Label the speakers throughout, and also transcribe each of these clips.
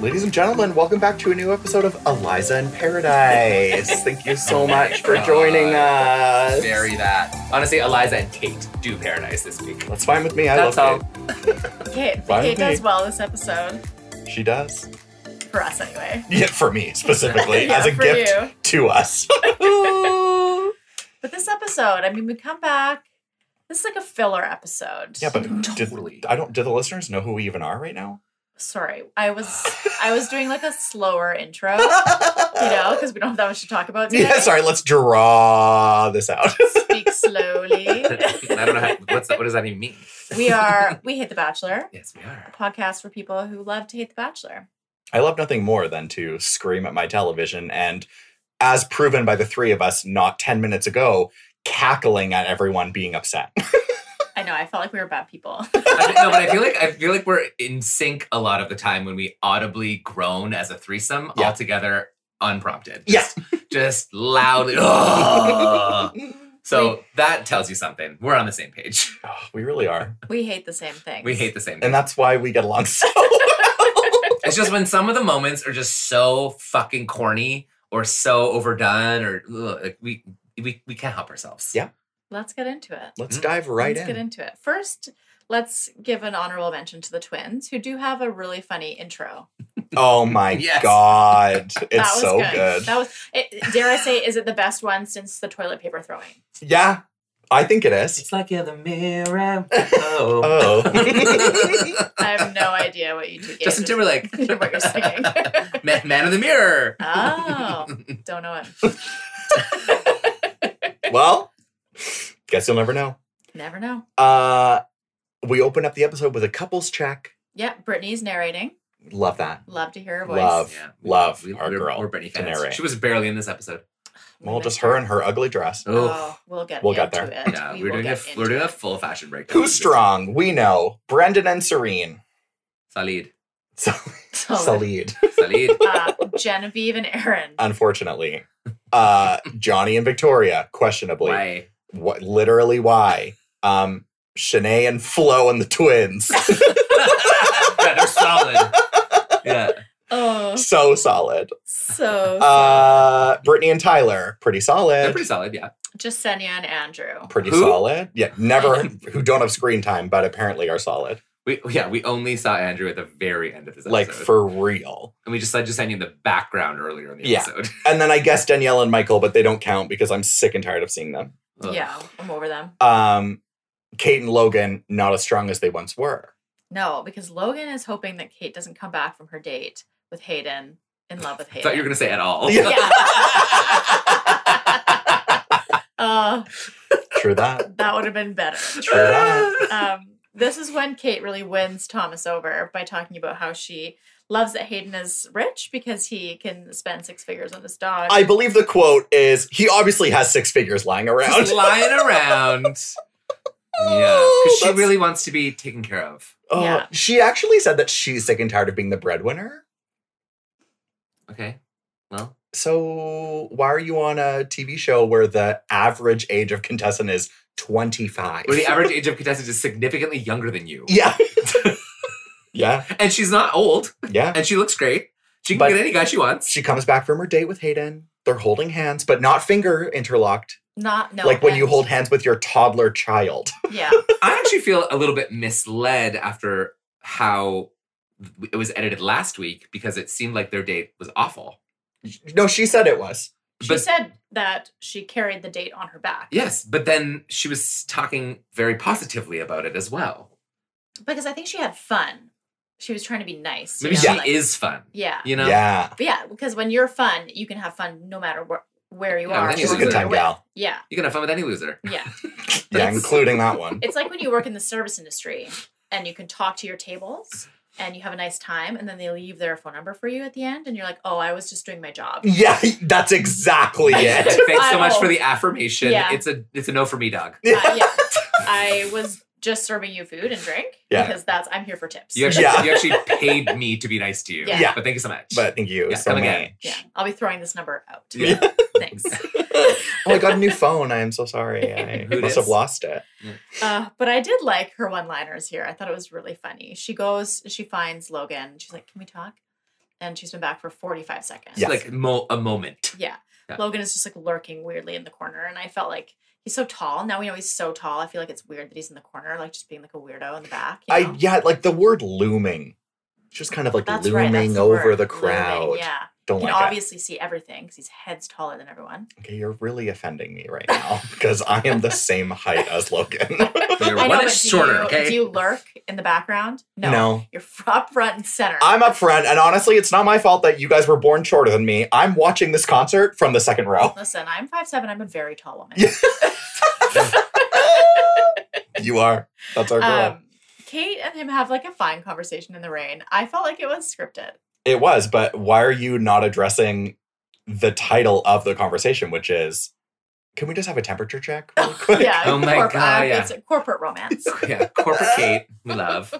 Speaker 1: Ladies and gentlemen, welcome back to a new episode of Eliza in Paradise. Thank you so much for joining us.
Speaker 2: Bury that. Honestly, Eliza and Kate do Paradise this week.
Speaker 1: That's fine with me. I
Speaker 2: That's all.
Speaker 1: love
Speaker 3: Kate,
Speaker 1: Why don't
Speaker 3: Kate
Speaker 1: they-
Speaker 3: does well this episode
Speaker 1: it. She does.
Speaker 3: for us anyway.
Speaker 1: Yeah, for me specifically,
Speaker 3: Yeah,
Speaker 1: as a
Speaker 3: for
Speaker 1: gift
Speaker 3: you.
Speaker 1: to us.
Speaker 3: But this episode, I mean, we come back. This is like a filler episode.
Speaker 1: yeah, but did,
Speaker 2: Totally.
Speaker 1: I don't. Do the listeners know who we even are right now?
Speaker 3: sorry, I was I was doing like a slower intro, you know, because we don't have that much to talk about today.
Speaker 1: Yeah, sorry. Let's draw this out.
Speaker 3: Speak slowly.
Speaker 2: I don't know how, what's that, what does that even mean.
Speaker 3: we are we hate The Bachelor,
Speaker 2: Yes, we
Speaker 3: a
Speaker 2: are.
Speaker 3: podcast for people who love to hate The Bachelor.
Speaker 1: I love nothing more than to scream at my television and, as proven by the three of us not 10 minutes ago, cackling at everyone being upset.
Speaker 3: I know, I felt like we were bad people.
Speaker 2: I mean, no, but I feel like I feel like we're in sync a lot of the time when we audibly groan as a threesome
Speaker 1: Yeah.
Speaker 2: all together unprompted.
Speaker 1: Yeah.
Speaker 2: Just, just loudly. "Ugh." so that tells you something. We're on the same page.
Speaker 1: Oh, we really are.
Speaker 3: we hate the same thing.
Speaker 2: We hate the same thing.
Speaker 1: And that's why we get along so
Speaker 2: It's just when some of the moments are just so fucking corny or so overdone or ugh, like we we we can't help ourselves.
Speaker 1: Yeah.
Speaker 3: Let's get into it.
Speaker 2: Mm-hmm.
Speaker 1: Let's dive right
Speaker 3: let's
Speaker 1: in.
Speaker 3: get into it. First, let's give an honorable mention to the twins, who do have a really funny intro.
Speaker 1: Oh my
Speaker 2: Yes.
Speaker 1: god. It's so good.
Speaker 3: That was, it, dare I say, is it the best one since the toilet paper throwing?
Speaker 1: yeah, I think it is.
Speaker 2: It's like you're the mirror. Oh.
Speaker 1: Oh.
Speaker 3: I have no idea what you two gave.
Speaker 2: Justin Timberlake.
Speaker 3: What you're singing.
Speaker 2: man, man in the mirror.
Speaker 3: Oh, don't know it.
Speaker 1: well, guess you'll never know.
Speaker 3: Never know.
Speaker 1: Uh we open up the episode with a couples check.
Speaker 3: Yeah, Brittany's narrating.
Speaker 1: Love that.
Speaker 3: Love to hear her voice.
Speaker 1: Love.
Speaker 2: we-
Speaker 1: Love our
Speaker 2: we're,
Speaker 1: girl
Speaker 2: We're Brittany
Speaker 1: to
Speaker 2: fans.
Speaker 1: narrate.
Speaker 2: She was barely in this episode.
Speaker 3: We
Speaker 1: Well,
Speaker 3: missed
Speaker 1: just her and her ugly dress.
Speaker 2: Oh.
Speaker 3: Oh, we'll get
Speaker 1: We'll
Speaker 3: into
Speaker 1: get there.
Speaker 3: it.
Speaker 2: Yeah,
Speaker 3: We
Speaker 2: we're
Speaker 3: will
Speaker 2: doing a
Speaker 3: get into
Speaker 2: we're doing a
Speaker 3: it.
Speaker 2: full fashion breakdown.
Speaker 1: Who's strong? We know. Brendan and Serene.
Speaker 2: Salid.
Speaker 1: So
Speaker 3: Solid.
Speaker 1: Salid,
Speaker 2: Salid.
Speaker 3: Uh, Genevieve and Aaron.
Speaker 1: unfortunately. Uh Johnny and Victoria, questionably.
Speaker 2: Why?
Speaker 1: What literally why? Um Shanae and Flo and the twins.
Speaker 2: yeah, they're solid. Yeah.
Speaker 3: oh,
Speaker 1: so solid.
Speaker 3: so
Speaker 1: Uh Brittany and Tyler, pretty
Speaker 2: They're
Speaker 1: solid.
Speaker 2: pretty solid, yeah.
Speaker 3: Just Senya and Andrew.
Speaker 1: Pretty
Speaker 2: Who?
Speaker 1: solid. Yeah, never who don't have screen time, but apparently are solid.
Speaker 2: We yeah, we only saw Andrew at the very end of this episode.
Speaker 1: Like for real.
Speaker 2: and we just saw Justine in the background earlier in the
Speaker 1: Yeah.
Speaker 2: episode.
Speaker 1: And then I guess Danielle and Michael, but they don't count because I'm sick and tired of seeing them.
Speaker 2: Ugh.
Speaker 3: Yeah, I'm over them.
Speaker 1: Um Kate and Logan, not as strong as they once were.
Speaker 3: No, because Logan is hoping that Kate doesn't come back from her date with Hayden, in love with
Speaker 2: I
Speaker 3: Hayden.
Speaker 2: thought you were gonna say at all.
Speaker 1: Yeah.
Speaker 3: Uh,
Speaker 1: True that.
Speaker 3: that would have been better.
Speaker 1: True that.
Speaker 3: Um, this is when Kate really wins Thomas over by talking about how she loves that Hayden is rich because he can spend six figures on this dog.
Speaker 1: I believe the quote is he obviously has six figures lying around.
Speaker 2: Just lying around. Yeah, because she
Speaker 1: That's-
Speaker 2: really wants to be taken care of.
Speaker 1: Oh,
Speaker 3: Yeah.
Speaker 1: she actually said that she's sick and tired of being the breadwinner.
Speaker 2: Okay, well,
Speaker 1: So why are you on a TV show where the average age of contestant is 25?
Speaker 2: where the average age of contestants is significantly younger than you,
Speaker 1: yeah. yeah.
Speaker 2: and she's not old,
Speaker 1: Yeah.
Speaker 2: and she looks great. She can
Speaker 1: But-
Speaker 2: get any guy she wants.
Speaker 1: She comes back from her date with Hayden. They're holding hands, but not finger interlocked,
Speaker 3: Not no.
Speaker 1: like when you
Speaker 3: and-
Speaker 1: hold hands with your toddler child.
Speaker 3: Yeah,
Speaker 2: I actually feel a little bit misled after how it was edited last week because it seemed like their date was awful.
Speaker 1: no, she said it was.
Speaker 3: she
Speaker 2: But-
Speaker 3: said that she carried the date on her back.
Speaker 2: Yes, but then she was talking very positively about it as well.
Speaker 3: because I think she had fun. She was trying to be nice. you
Speaker 2: Maybe
Speaker 3: know,
Speaker 2: she
Speaker 3: like-
Speaker 2: is fun,
Speaker 3: Yeah.
Speaker 2: you know?
Speaker 1: Yeah.
Speaker 3: But yeah, because when you're fun, you can have fun no matter where where you
Speaker 2: Yeah,
Speaker 3: are.
Speaker 2: then
Speaker 1: She's a
Speaker 3: or who
Speaker 1: good
Speaker 2: loser.
Speaker 3: you're
Speaker 1: time
Speaker 3: with.
Speaker 1: gal.
Speaker 3: Yeah,
Speaker 2: You can have fun with any loser.
Speaker 3: yeah.
Speaker 1: Yeah, including that one.
Speaker 3: It's like when you work in the service industry and you can talk to your tables and you have a nice time, and then they leave their phone number for you at the end, and you're like, oh, I was just doing my job.
Speaker 1: Yeah, that's exactly it.
Speaker 2: Thanks so
Speaker 3: Oh.
Speaker 2: much for the affirmation.
Speaker 3: Yeah.
Speaker 2: It's a it's a no for me, dog.
Speaker 3: Uh, yeah, I was just serving you food and drink
Speaker 1: Yeah.
Speaker 3: because that's I'm here for tips.
Speaker 2: You actually
Speaker 1: Yeah.
Speaker 2: you actually paid me to be nice to you.
Speaker 3: Yeah.
Speaker 1: Yeah.
Speaker 2: But thank you so much.
Speaker 1: But thank you
Speaker 2: Yeah,
Speaker 1: so
Speaker 2: come
Speaker 1: much.
Speaker 2: again.
Speaker 3: yeah, I'll be throwing this number out.
Speaker 2: Yeah.
Speaker 3: Thanks.
Speaker 1: Oh, I got a new phone. I am so sorry. I
Speaker 2: Who
Speaker 1: must
Speaker 2: dis?
Speaker 1: have lost it.
Speaker 3: Uh, but I did like her one liners here. I thought it was really funny. She goes, she finds Logan. She's like, Can we talk? and she's been back for 45 seconds.
Speaker 1: Yes.
Speaker 2: Like mo- a moment.
Speaker 3: Yeah.
Speaker 2: Yeah.
Speaker 3: Logan is just like lurking weirdly in the corner. And I felt like he's so tall. Now we know he's so tall. I feel like it's weird that he's in the corner, like just being like a weirdo in the back. you
Speaker 1: I
Speaker 3: know?
Speaker 1: yeah, like the word looming. It's just kind of like
Speaker 3: That's right.
Speaker 1: looming
Speaker 3: That's the
Speaker 1: over
Speaker 3: word,
Speaker 1: the crowd. Oh
Speaker 3: looming, yeah.
Speaker 1: Don't
Speaker 3: You can
Speaker 1: like it.
Speaker 3: obviously see everything because he's heads taller than everyone.
Speaker 1: Okay, you're really offending me right now because I am the same height as Logan.
Speaker 2: You're
Speaker 3: I know,
Speaker 2: one
Speaker 3: but
Speaker 2: inch
Speaker 3: do
Speaker 2: shorter,
Speaker 3: you-
Speaker 2: okay?
Speaker 3: Do you lurk in the background? No. You're f- up front and center.
Speaker 1: I'm up front, and honestly, it's not my fault that you guys were born shorter than me. I'm watching this concert from the second row.
Speaker 3: Listen, I'm five seven. I'm a very tall woman.
Speaker 1: you are. That's our girl.
Speaker 3: um, Kate and him have like a fine conversation in the rain. I felt like it was scripted.
Speaker 1: it was, but why are you not addressing the title of the conversation, which is can we just have a temperature check really quick?
Speaker 3: Yeah. uh,
Speaker 2: Oh my God, yeah.
Speaker 3: It's a corporate romance.
Speaker 2: yeah, corporate Kate, we love.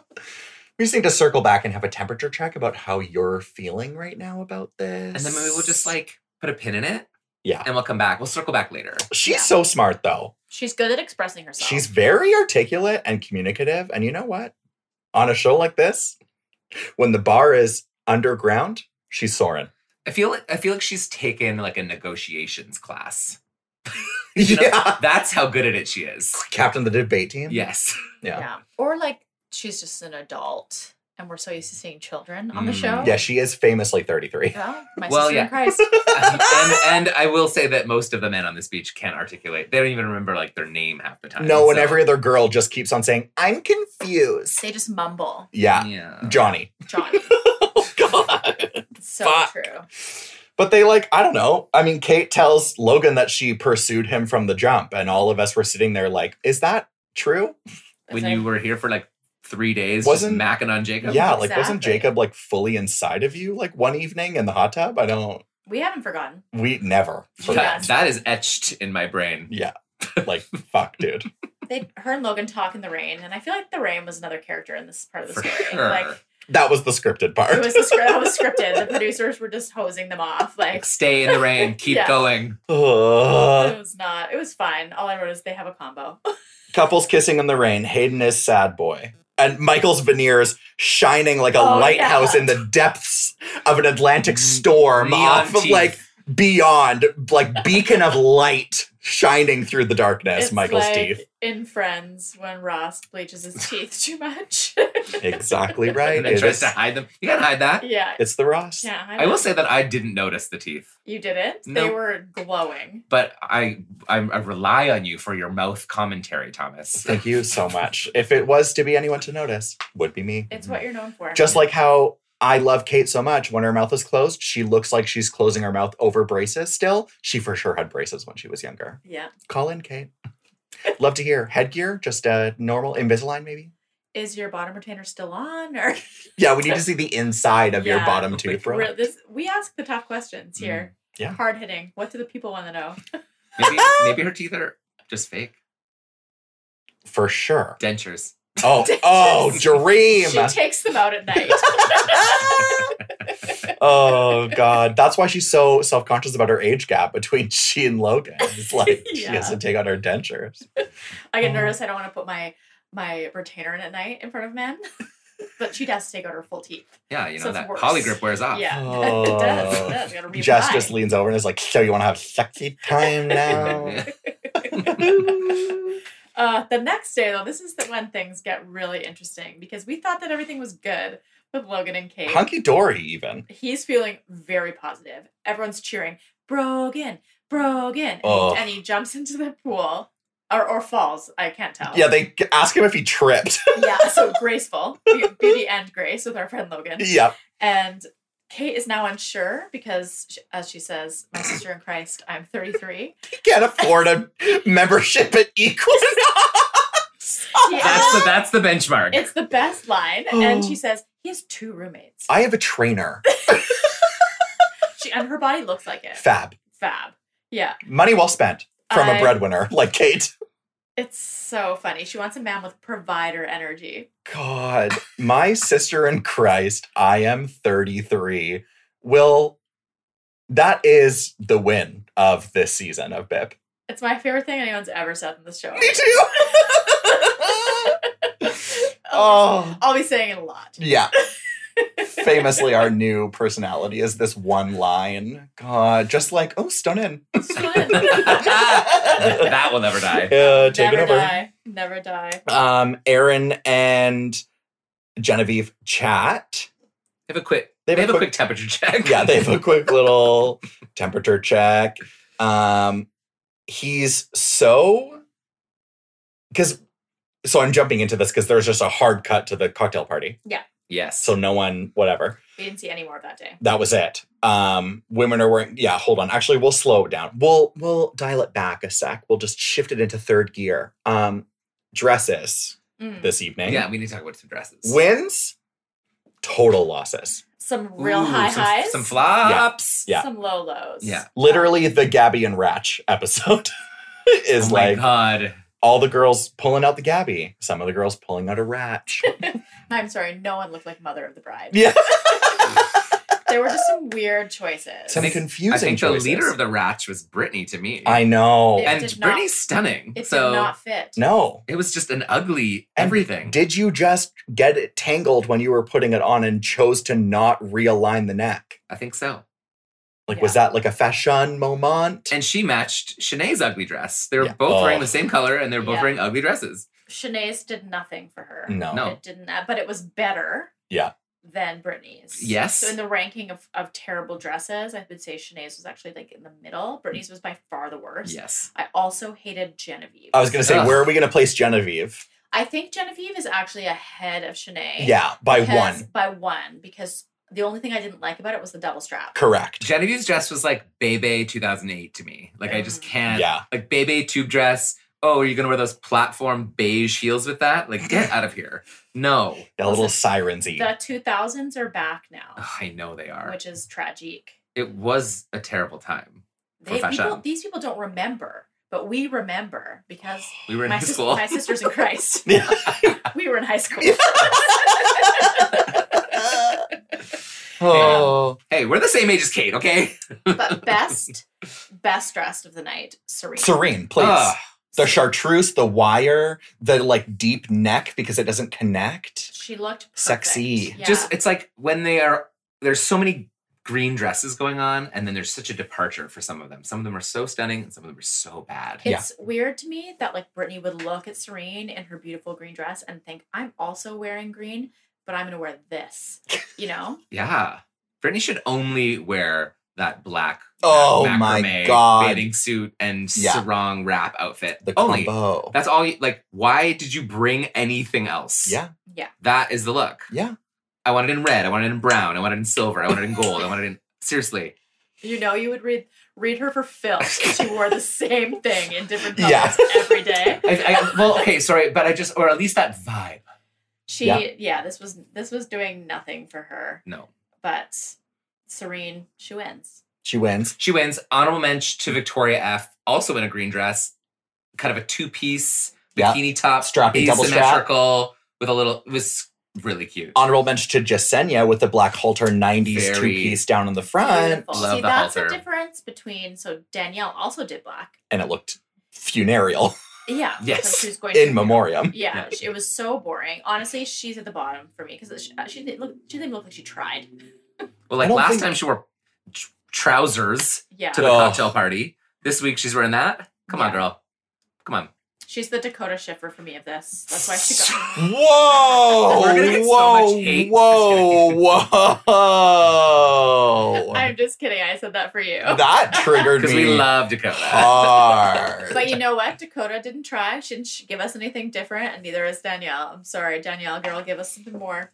Speaker 1: We just need to circle back and have a temperature check about how you're feeling right now about this.
Speaker 2: And then maybe we'll just like put a pin in it.
Speaker 1: Yeah.
Speaker 2: And we'll come back. We'll circle back later.
Speaker 1: She's
Speaker 3: Yeah.
Speaker 1: so smart though.
Speaker 3: She's good at expressing herself.
Speaker 1: She's very articulate and communicative. And you know what? On a show like this, when the bar is underground, she's soaring.
Speaker 2: I feel like I feel like she's taken like a negotiations class. You know?
Speaker 1: yeah.
Speaker 2: That's how good at it she is.
Speaker 1: Captain of the debate team.
Speaker 2: Yes.
Speaker 1: Yeah.
Speaker 3: yeah. Or like she's just an adult, and we're so used to seeing children on the
Speaker 2: Mm.
Speaker 3: show.
Speaker 1: Yeah, she is famously 33.
Speaker 3: Yeah, my
Speaker 2: Well,
Speaker 3: sister
Speaker 2: yeah.
Speaker 3: in Christ.
Speaker 2: and, and I will say that most of the men on this beach can't articulate. They don't even remember like their name half the time.
Speaker 1: No, and
Speaker 2: so-
Speaker 1: every other girl just keeps on saying, I'm confused.
Speaker 3: They just mumble,
Speaker 1: Yeah.
Speaker 2: Yeah.
Speaker 1: Johnny.
Speaker 3: Johnny.
Speaker 1: Oh, God.
Speaker 3: It's so
Speaker 1: Fuck.
Speaker 3: true.
Speaker 1: But they like, I don't know. I mean, Kate tells Logan that she pursued him from the jump, and all of us were sitting there like, is that true?
Speaker 2: When
Speaker 3: It's
Speaker 2: you
Speaker 3: like,
Speaker 2: were here for like three days,
Speaker 1: Wasn't-
Speaker 2: just macking on Jacob.
Speaker 1: Yeah, like wasn't
Speaker 3: Exactly.
Speaker 1: Jacob like fully inside of you like one evening in the hot tub? I don't
Speaker 3: we haven't forgotten.
Speaker 1: we never
Speaker 2: That-
Speaker 1: forgot.
Speaker 3: Yes.
Speaker 2: that is etched in my brain.
Speaker 1: like fuck, dude.
Speaker 3: They, her and Logan talk in the rain, and I feel like the rain was another character in this part of the
Speaker 2: For
Speaker 3: story.
Speaker 2: sure.
Speaker 3: Like
Speaker 1: That was the scripted
Speaker 3: it
Speaker 1: part.
Speaker 3: was, the script, that was scripted. The producers were just hosing them off. Like
Speaker 2: Like stay in the rain, keep
Speaker 3: Yeah.
Speaker 2: going.
Speaker 1: Ugh.
Speaker 3: it was not. It was fine. All I wrote is they have a combo.
Speaker 1: couples kissing in the rain. Hayden is sad boy. And Michael's veneers shining like a
Speaker 3: Oh,
Speaker 1: lighthouse
Speaker 3: yeah.
Speaker 1: in the depths of an Atlantic storm
Speaker 2: Neon
Speaker 1: off of
Speaker 2: teeth.
Speaker 1: like beyond, like beacon of light shining through the darkness,
Speaker 3: It's
Speaker 1: Michael's
Speaker 3: like
Speaker 1: teeth.
Speaker 3: in Friends when Ross bleaches his teeth too much.
Speaker 1: Exactly right.
Speaker 2: and then
Speaker 1: It
Speaker 2: tries
Speaker 1: is-
Speaker 2: to hide them. You can't hide that.
Speaker 3: yeah,
Speaker 1: it's the Ross.
Speaker 3: yeah.
Speaker 2: I will say that I didn't notice the teeth,
Speaker 3: you didn't. They
Speaker 2: No.
Speaker 3: were glowing.
Speaker 2: but I, I I rely on you for your mouth commentary, Thomas.
Speaker 1: Thank you so much. If it was to be anyone to notice, would be me.
Speaker 3: It's what you're known for.
Speaker 1: Mm. Just like how I love Kate so much, when her mouth is closed, she looks like she's closing her mouth over braces still. She for sure had braces when she was younger.
Speaker 3: yeah.
Speaker 1: Call in, Kate. Love to hear. Headgear, just uh, normal Invisalign, maybe?
Speaker 3: Is your bottom retainer still on? Or
Speaker 1: Yeah, we need to see the inside of your
Speaker 3: Yeah.
Speaker 2: Oh
Speaker 1: bottom tooth, bro.
Speaker 3: We're- this, we ask the tough questions
Speaker 1: Mm.
Speaker 3: here.
Speaker 1: Yeah.
Speaker 3: Hard hitting. What do the people want to know?
Speaker 2: Maybe maybe her teeth are just fake
Speaker 1: For sure.
Speaker 2: dentures.
Speaker 1: Oh, oh, dream.
Speaker 3: She takes them out at night.
Speaker 1: oh, God. That's why she's so self conscious about her age gap between she and Logan. It's like she
Speaker 3: Yeah.
Speaker 1: has to take out her dentures.
Speaker 3: I get
Speaker 1: Oh.
Speaker 3: nervous. I don't want to put my my retainer in at night in front of men. but she does take out her full teeth.
Speaker 2: Yeah, you know
Speaker 3: So it's
Speaker 2: that
Speaker 3: worse.
Speaker 2: polygrip wears off.
Speaker 3: Yeah.
Speaker 1: Oh.
Speaker 3: it does. It does. You gotta reapply.
Speaker 1: Jess just leans over and is like, So you want to have sexy time now?
Speaker 2: Yeah.
Speaker 3: Uh, the next day, though, this is the when things get really interesting because we thought that everything was good with Logan and Kate.
Speaker 1: Hunky dory, even.
Speaker 3: He's feeling very positive. Everyone's cheering, Brogan, Brogan.
Speaker 1: Oh.
Speaker 3: And he jumps into the pool or, or falls. I can't tell.
Speaker 1: Yeah, they g- ask him if he tripped.
Speaker 3: yeah. So graceful, Be- beauty and grace with our friend Logan.
Speaker 1: yep.
Speaker 3: And Kate is now unsure because, sh as she says, my sister in Christ, I'm 33.
Speaker 1: Can't afford a membership at Equinox.
Speaker 3: He
Speaker 2: That's
Speaker 1: Oh.
Speaker 2: the that's the benchmark.
Speaker 3: It's the best line. And she says, he has two roommates.
Speaker 1: I have a trainer.
Speaker 3: She and her body looks like it.
Speaker 1: Fab.
Speaker 3: Fab. Yeah.
Speaker 1: Money well spent from a
Speaker 3: I-
Speaker 1: breadwinner like Kate.
Speaker 3: It's so funny. She wants a man with provider energy.
Speaker 1: God, my sister in Christ, I am 33. Will, that is the win of this season of BIP.
Speaker 3: It's my favorite thing anyone's ever said in the show.
Speaker 1: Me too.
Speaker 3: I'll,
Speaker 1: oh,
Speaker 3: I'll be saying it a lot.
Speaker 1: yeah. famously our new personality is this one line. God, just like, oh, stun in.
Speaker 2: that will never die.
Speaker 1: Uh, take it
Speaker 3: Never
Speaker 1: over.
Speaker 3: die. Never die.
Speaker 1: Um, Aaron and Genevieve chat.
Speaker 2: They have a quick. They have, a, quick, temperature check.
Speaker 1: Yeah, they have a quick little temperature check. Um, he's so because so I'm jumping into this because there's just a hard cut to the cocktail party.
Speaker 2: yes.
Speaker 1: So no one, whatever.
Speaker 3: We didn't see any more of that day.
Speaker 1: that was it. Um, women are wearing. Yeah, hold on. Actually, we'll slow it down. We'll we'll dial it back a sec. We'll just shift it into third gear. Um, dresses
Speaker 3: Mm.
Speaker 1: this evening.
Speaker 2: yeah, we need to talk about some dresses.
Speaker 1: Wins, total losses.
Speaker 3: Some real
Speaker 2: Ooh,
Speaker 3: high
Speaker 2: some,
Speaker 3: highs.
Speaker 2: Some flops.
Speaker 1: Yeah.
Speaker 3: Some low lows.
Speaker 2: Yeah.
Speaker 1: Literally, the Gabby and Ratch episode is
Speaker 2: oh
Speaker 1: like
Speaker 2: my god.
Speaker 1: all the girls pulling out the Gabby, some of the girls pulling out a Ratch.
Speaker 3: I'm sorry, no one looked like Mother of the Bride.
Speaker 1: yeah,
Speaker 3: There were just some weird choices.
Speaker 1: some
Speaker 2: think-
Speaker 1: confusing.
Speaker 2: I think
Speaker 1: choices.
Speaker 2: the leader of the Ratch was Brittany to me.
Speaker 1: I know.
Speaker 3: Yeah.
Speaker 2: and
Speaker 3: It did not-
Speaker 2: Brittany's stunning.
Speaker 3: it
Speaker 2: so
Speaker 3: did not fit.
Speaker 1: No.
Speaker 2: it was just an ugly
Speaker 1: And
Speaker 2: everything.
Speaker 1: Did you just get it tangled when you were putting it on and chose to not realign the neck?
Speaker 2: I think so.
Speaker 1: Like, was that like a fashion moment?
Speaker 2: And she matched Shanae's ugly dress. They were
Speaker 1: Yeah.
Speaker 2: both wearing
Speaker 1: Oh.
Speaker 2: the same color and they were both
Speaker 3: Yeah.
Speaker 2: wearing ugly dresses.
Speaker 3: Shanae's did nothing for her.
Speaker 1: No.
Speaker 2: No.
Speaker 3: It didn't, uh, but it was better.
Speaker 1: Yeah.
Speaker 3: Than Britney's.
Speaker 2: Yes.
Speaker 3: So in the ranking of, of terrible dresses, I would say Shanae's was actually like in the middle. Britney's was by far the worst.
Speaker 2: Yes.
Speaker 3: I also hated Genevieve.
Speaker 1: I was gonna say,
Speaker 2: Ugh.
Speaker 1: where are we gonna place Genevieve?
Speaker 3: I think Genevieve is actually ahead of
Speaker 2: Eh,
Speaker 3: Shanae.
Speaker 1: Yeah, by
Speaker 3: because-
Speaker 1: one.
Speaker 3: By one, because the only thing I didn't like about it was the double strap.
Speaker 1: Correct.
Speaker 2: Genevieve's dress was like Bebe 2008 to me. Like I just
Speaker 3: Mm.
Speaker 2: can't.
Speaker 1: Yeah.
Speaker 2: Like Bebe tube dress. Oh, are you gonna wear those platform beige heels with that? Like get out of here. No.
Speaker 1: That little
Speaker 3: Listen,
Speaker 1: sirensy.
Speaker 3: The 2000s are back now,
Speaker 2: Ugh, I know they are.
Speaker 3: which is tragic.
Speaker 2: it was a terrible time. For
Speaker 3: They,
Speaker 2: fashion.
Speaker 3: people, these people don't remember, but we remember because
Speaker 2: We were in
Speaker 3: my,
Speaker 2: high
Speaker 3: sis-
Speaker 2: school.
Speaker 3: my sister's in Christ.
Speaker 1: Yeah.
Speaker 3: we were in high school.
Speaker 2: Oh. Hey, we're the same age as Kate, okay?
Speaker 3: but best, best dressed of the night, Serena.
Speaker 1: Serene, please.
Speaker 2: Ugh.
Speaker 1: the chartreuse, the wire, the like deep neck because it doesn't connect.
Speaker 3: she looked perfect.
Speaker 1: Sexy.
Speaker 3: Yeah.
Speaker 2: Just it's like when they are there's so many green dresses going on, and then there's such a departure for some of them. Some of them are so stunning, and some of them are so bad.
Speaker 1: Yeah.
Speaker 3: It's weird to me that like Brittany would look at Serene in her beautiful green dress and think, I'm also wearing green, but I'm gonna wear this. You know?
Speaker 2: Yeah. Brittany should only wear that black uh,
Speaker 1: Oh my
Speaker 2: macrame
Speaker 1: God.
Speaker 2: bathing suit and
Speaker 1: Yeah.
Speaker 2: sarong wrap outfit.
Speaker 1: The
Speaker 2: only.
Speaker 1: combo.
Speaker 2: That's all you like why did you bring anything else?
Speaker 1: Yeah.
Speaker 3: Yeah.
Speaker 2: That is the look.
Speaker 1: Yeah.
Speaker 2: I want it in red, I want it in brown, I want it in silver, I want it in gold, I want it in seriously.
Speaker 3: You know you would read read her for filth if she wore the same thing in different colors
Speaker 1: Yeah.
Speaker 3: every day.
Speaker 2: I, I, well, okay, sorry, but I just or at least that vibe.
Speaker 3: She
Speaker 1: Yeah.
Speaker 3: yeah. this was this was doing nothing for her.
Speaker 2: No.
Speaker 3: But Serene, she wins.
Speaker 1: She wins.
Speaker 2: She wins honorable mention to Victoria F, also in a green dress, kind of a two piece
Speaker 1: Yeah.
Speaker 2: bikini top,
Speaker 1: Strappy double strap.
Speaker 2: asymmetrical with a little. It was really cute.
Speaker 1: Honorable mention to Jasenia with the black halter 90s two
Speaker 2: Very-
Speaker 1: piece down in the front.
Speaker 3: Beautiful.
Speaker 2: Love
Speaker 3: See,
Speaker 2: the
Speaker 3: that's
Speaker 2: halter.
Speaker 3: the difference between so Danielle also did black.
Speaker 1: And it looked funereal
Speaker 3: Yeah.
Speaker 2: Yes.
Speaker 3: So she's going
Speaker 1: in
Speaker 3: to
Speaker 1: memoriam.
Speaker 3: Yeah,
Speaker 2: Yeah.
Speaker 3: she- it was so boring. Honestly, she's at the bottom for me because she, uh, she didn't look. She didn't look like she tried.
Speaker 2: Well,
Speaker 1: I
Speaker 2: like
Speaker 1: don't
Speaker 2: last
Speaker 1: think-
Speaker 2: time she wore tr- trousers
Speaker 3: Yeah,
Speaker 2: to the
Speaker 1: Oh.
Speaker 2: cocktail party. This week she's wearing that. Come on,
Speaker 3: Yeah.
Speaker 2: girl. Come on.
Speaker 3: she's the Dakota Schiffer for me of this. That's why she got.
Speaker 1: Whoa!
Speaker 2: We're gonna get so
Speaker 1: whoa!
Speaker 2: much hate.
Speaker 1: whoa! Whoa!
Speaker 3: I'm just kidding. I said that for you.
Speaker 1: that triggered
Speaker 2: Because
Speaker 1: me
Speaker 2: we love Dakota.
Speaker 1: hard.
Speaker 3: But you know what? Dakota didn't try. She didn't sh- give us anything different, and neither is Danielle. I'm sorry, Danielle, girl, give us something more.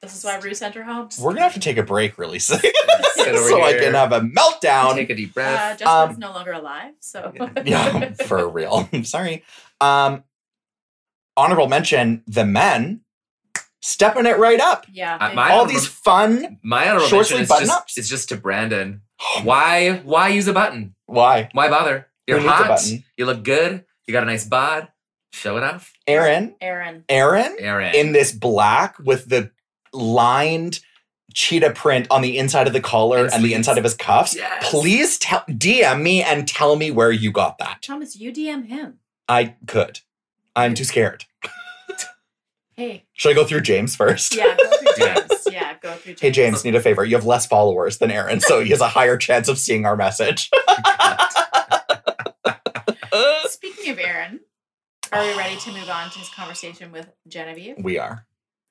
Speaker 3: This is why Rue sent her home. Uh,
Speaker 1: We're gonna have to take a break really soon,
Speaker 2: Sit over
Speaker 1: so I
Speaker 2: here,
Speaker 1: can have a meltdown.
Speaker 2: Take a deep
Speaker 3: Uh,
Speaker 2: breath.
Speaker 3: Justin's
Speaker 1: Um,
Speaker 3: no longer alive, so
Speaker 1: yeah, for real. I'm sorry. Um, honorable mention: the men stepping it right up.
Speaker 3: yeah.
Speaker 2: Uh,
Speaker 3: big-
Speaker 2: my- I
Speaker 1: All
Speaker 2: don't
Speaker 1: these
Speaker 2: rem-
Speaker 1: fun.
Speaker 2: My honorable
Speaker 1: Short
Speaker 2: mention
Speaker 1: sleeve
Speaker 2: is
Speaker 1: button-ups?
Speaker 2: just, it's just to Brandon. Why? Why use a button?
Speaker 1: Why,
Speaker 2: Why bother? You're
Speaker 1: Who needs a
Speaker 2: hot.
Speaker 1: button?
Speaker 2: You look good. You got a nice bod. Show it off,
Speaker 1: Aaron?
Speaker 3: Aaron.
Speaker 1: Aaron
Speaker 2: Aaron.
Speaker 1: in this black with the lined cheetah print on the inside of the collar
Speaker 2: And
Speaker 1: and the
Speaker 2: sleeves.
Speaker 1: inside of his cuffs.
Speaker 2: Yes.
Speaker 1: Please tell DM me and tell me where you got that.
Speaker 3: Thomas, you DM him.
Speaker 1: I could. I'm too scared.
Speaker 3: Hey,
Speaker 1: Should I go through James first?
Speaker 3: yeah, go through
Speaker 2: Yeah.
Speaker 3: James. Yeah, go through James.
Speaker 1: Hey, James, need a favor. You have less followers than Aaron, so he has a higher chance of seeing our message.
Speaker 3: Speaking of Aaron, are we ready to move on to his conversation with Genevieve?
Speaker 1: we are.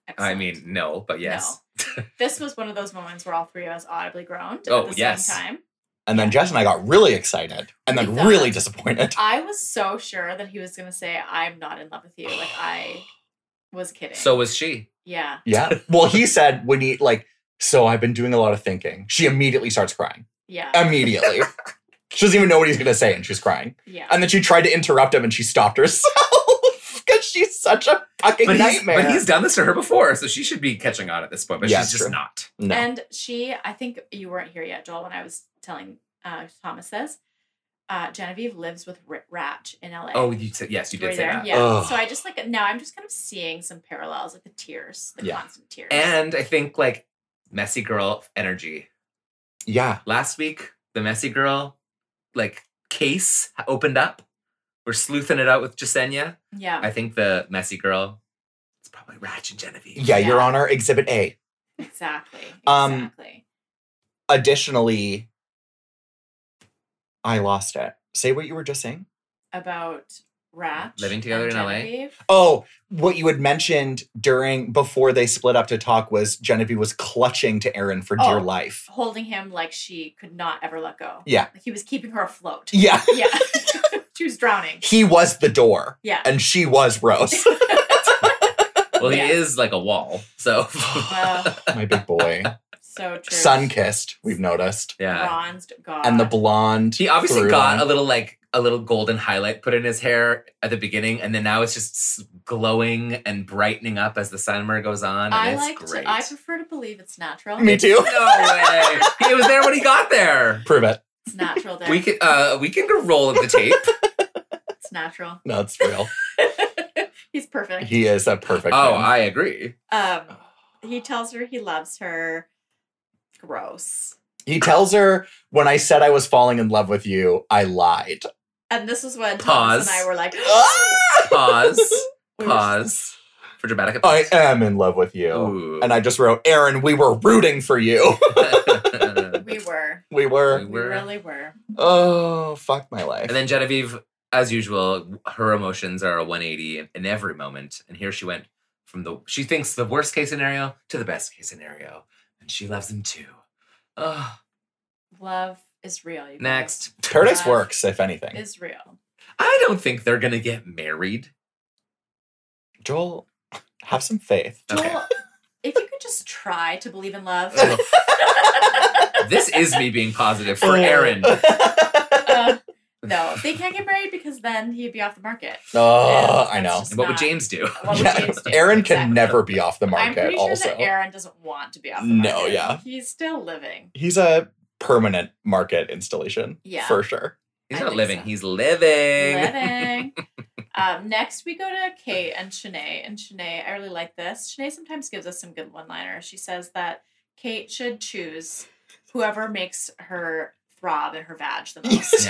Speaker 2: I
Speaker 3: Excellent.
Speaker 2: mean, no, but yes.
Speaker 3: this was one of those moments where all three of us audibly groaned
Speaker 2: Oh,
Speaker 3: at the
Speaker 2: yes.
Speaker 3: same time.
Speaker 1: And then Jess and I got really excited and then
Speaker 3: We thought-
Speaker 1: really disappointed.
Speaker 3: I was so sure that he was going to say, I'm not in love with you. Like, I was kidding.
Speaker 2: So was she.
Speaker 3: yeah.
Speaker 1: Yeah. Well, he said when he like, so I've been doing a lot of thinking. She immediately starts crying.
Speaker 3: Yeah.
Speaker 2: Uh,
Speaker 1: Immediately. she doesn't even know what he's gonna say, and she's crying.
Speaker 3: Yeah.
Speaker 1: And then she tried to interrupt him and she stopped herself. Cause she's such a fucking
Speaker 2: But he's,
Speaker 1: nightmare.
Speaker 2: but he's done this to her before, so she should be catching on at this point, but
Speaker 1: Yeah,
Speaker 2: she's just
Speaker 1: true.
Speaker 2: not.
Speaker 1: no.
Speaker 3: And she, I think you weren't here yet, Joel, when I was telling uh, Thomas this. Uh, Genevieve lives with R- Ratch in LA.
Speaker 2: Oh, you said yes, you did
Speaker 3: Right
Speaker 2: say
Speaker 3: there.
Speaker 2: that.
Speaker 3: Yeah.
Speaker 1: Ugh.
Speaker 3: So I just like now I'm just kind of seeing some parallels, like the tears, the
Speaker 1: Yeah.
Speaker 3: constant tears.
Speaker 2: And I think like messy girl energy.
Speaker 1: yeah.
Speaker 2: Last week, the messy girl like case opened up. We're sleuthing it out with Jasenia.
Speaker 3: yeah.
Speaker 2: I think the messy girl it's probably Ratch and Genevieve.
Speaker 1: Yeah, Your
Speaker 3: Yeah.
Speaker 1: Honor, Exhibit A.
Speaker 3: Exactly.
Speaker 1: Um,
Speaker 3: Exactly.
Speaker 1: Additionally, I lost it. Say what you were just saying.
Speaker 3: About Ratch.
Speaker 2: Living together
Speaker 3: and
Speaker 2: in LA?
Speaker 3: Genevieve.
Speaker 1: Oh, what you had mentioned during before they split up to talk was Genevieve was clutching to Aaron for dear
Speaker 3: Oh.
Speaker 1: life.
Speaker 3: Holding him like she could not ever let go.
Speaker 1: Yeah.
Speaker 3: Like he was keeping her afloat.
Speaker 1: Yeah.
Speaker 3: yeah. she was drowning.
Speaker 1: He was the door
Speaker 3: Yeah.
Speaker 1: and she was Rose.
Speaker 2: Well,
Speaker 3: Yeah.
Speaker 2: he is like a wall. So
Speaker 3: Wow.
Speaker 1: My big boy.
Speaker 3: so true.
Speaker 1: Sun kissed, we've noticed.
Speaker 2: yeah.
Speaker 3: Bronzed God.
Speaker 1: And the blonde.
Speaker 2: He obviously
Speaker 1: through
Speaker 2: got
Speaker 1: line.
Speaker 2: a little like a little golden highlight put in his hair at the beginning, and then now it's just s- glowing and brightening up as the summer goes on. And
Speaker 3: I
Speaker 2: it's
Speaker 3: like.
Speaker 2: great.
Speaker 3: To, I prefer to believe it's natural.
Speaker 1: Me too.
Speaker 2: no way. it was there when he got there.
Speaker 1: Prove it.
Speaker 3: It's natural. There.
Speaker 2: We can uh, we can roll the tape.
Speaker 3: it's natural.
Speaker 1: No, it's real.
Speaker 3: He's perfect.
Speaker 1: He is a perfect.
Speaker 2: oh,
Speaker 1: man.
Speaker 2: I agree.
Speaker 3: Um, he tells her he loves her. Gross.
Speaker 1: he tells her when I said I was falling in love with you, I lied.
Speaker 3: And this is when
Speaker 2: Pause.
Speaker 3: Thomas and I were like,
Speaker 2: Pause.
Speaker 3: we were-
Speaker 2: Pause for dramatic
Speaker 1: I
Speaker 2: effect.
Speaker 1: am in love with you.
Speaker 2: Ooh.
Speaker 1: And I just wrote, Aaron, we were rooting for you.
Speaker 3: We were.
Speaker 1: we were.
Speaker 3: We,
Speaker 2: We were.
Speaker 3: really were.
Speaker 1: Oh, fuck my life.
Speaker 2: Mm. and then Genevieve, as usual, her emotions are a 180 in- in every moment. And here she went from the she thinks the worst case scenario to the best case scenario, and she loves him too. Oh,
Speaker 3: Love is real. You guys.
Speaker 2: next,
Speaker 1: Paradise
Speaker 3: Uh,
Speaker 1: works, if anything.
Speaker 3: is real.
Speaker 2: I don't think they're gonna get married.
Speaker 1: Joel, have some faith.
Speaker 2: Okay.
Speaker 3: Joel, if you could just try to believe in love.
Speaker 2: Ugh. this is me being positive
Speaker 1: Oh.
Speaker 2: for Aaron.
Speaker 3: Uh, no, they can't get married because then he'd be off the market.
Speaker 1: oh, I
Speaker 3: that's
Speaker 1: know.
Speaker 3: just-
Speaker 2: And what would
Speaker 3: not-
Speaker 2: James do?
Speaker 3: What would
Speaker 1: Yeah,
Speaker 3: James do?
Speaker 1: Aaron can
Speaker 3: Exactly.
Speaker 1: never be off the
Speaker 3: I'm
Speaker 1: market,
Speaker 3: pretty sure
Speaker 1: also.
Speaker 3: that Aaron doesn't want to be off the
Speaker 1: No,
Speaker 3: market.
Speaker 1: yeah.
Speaker 3: He's still living.
Speaker 1: He's a permanent market installation.
Speaker 3: Yeah.
Speaker 1: For sure.
Speaker 2: He's
Speaker 3: I
Speaker 2: not
Speaker 3: think
Speaker 2: living.
Speaker 3: so.
Speaker 2: He's living.
Speaker 3: Living. um, next, we go to Kate and Shanae. And Shanae, I really like this. Shanae sometimes gives us some good one liners. She says that Kate should choose whoever makes her throb in her vag the most.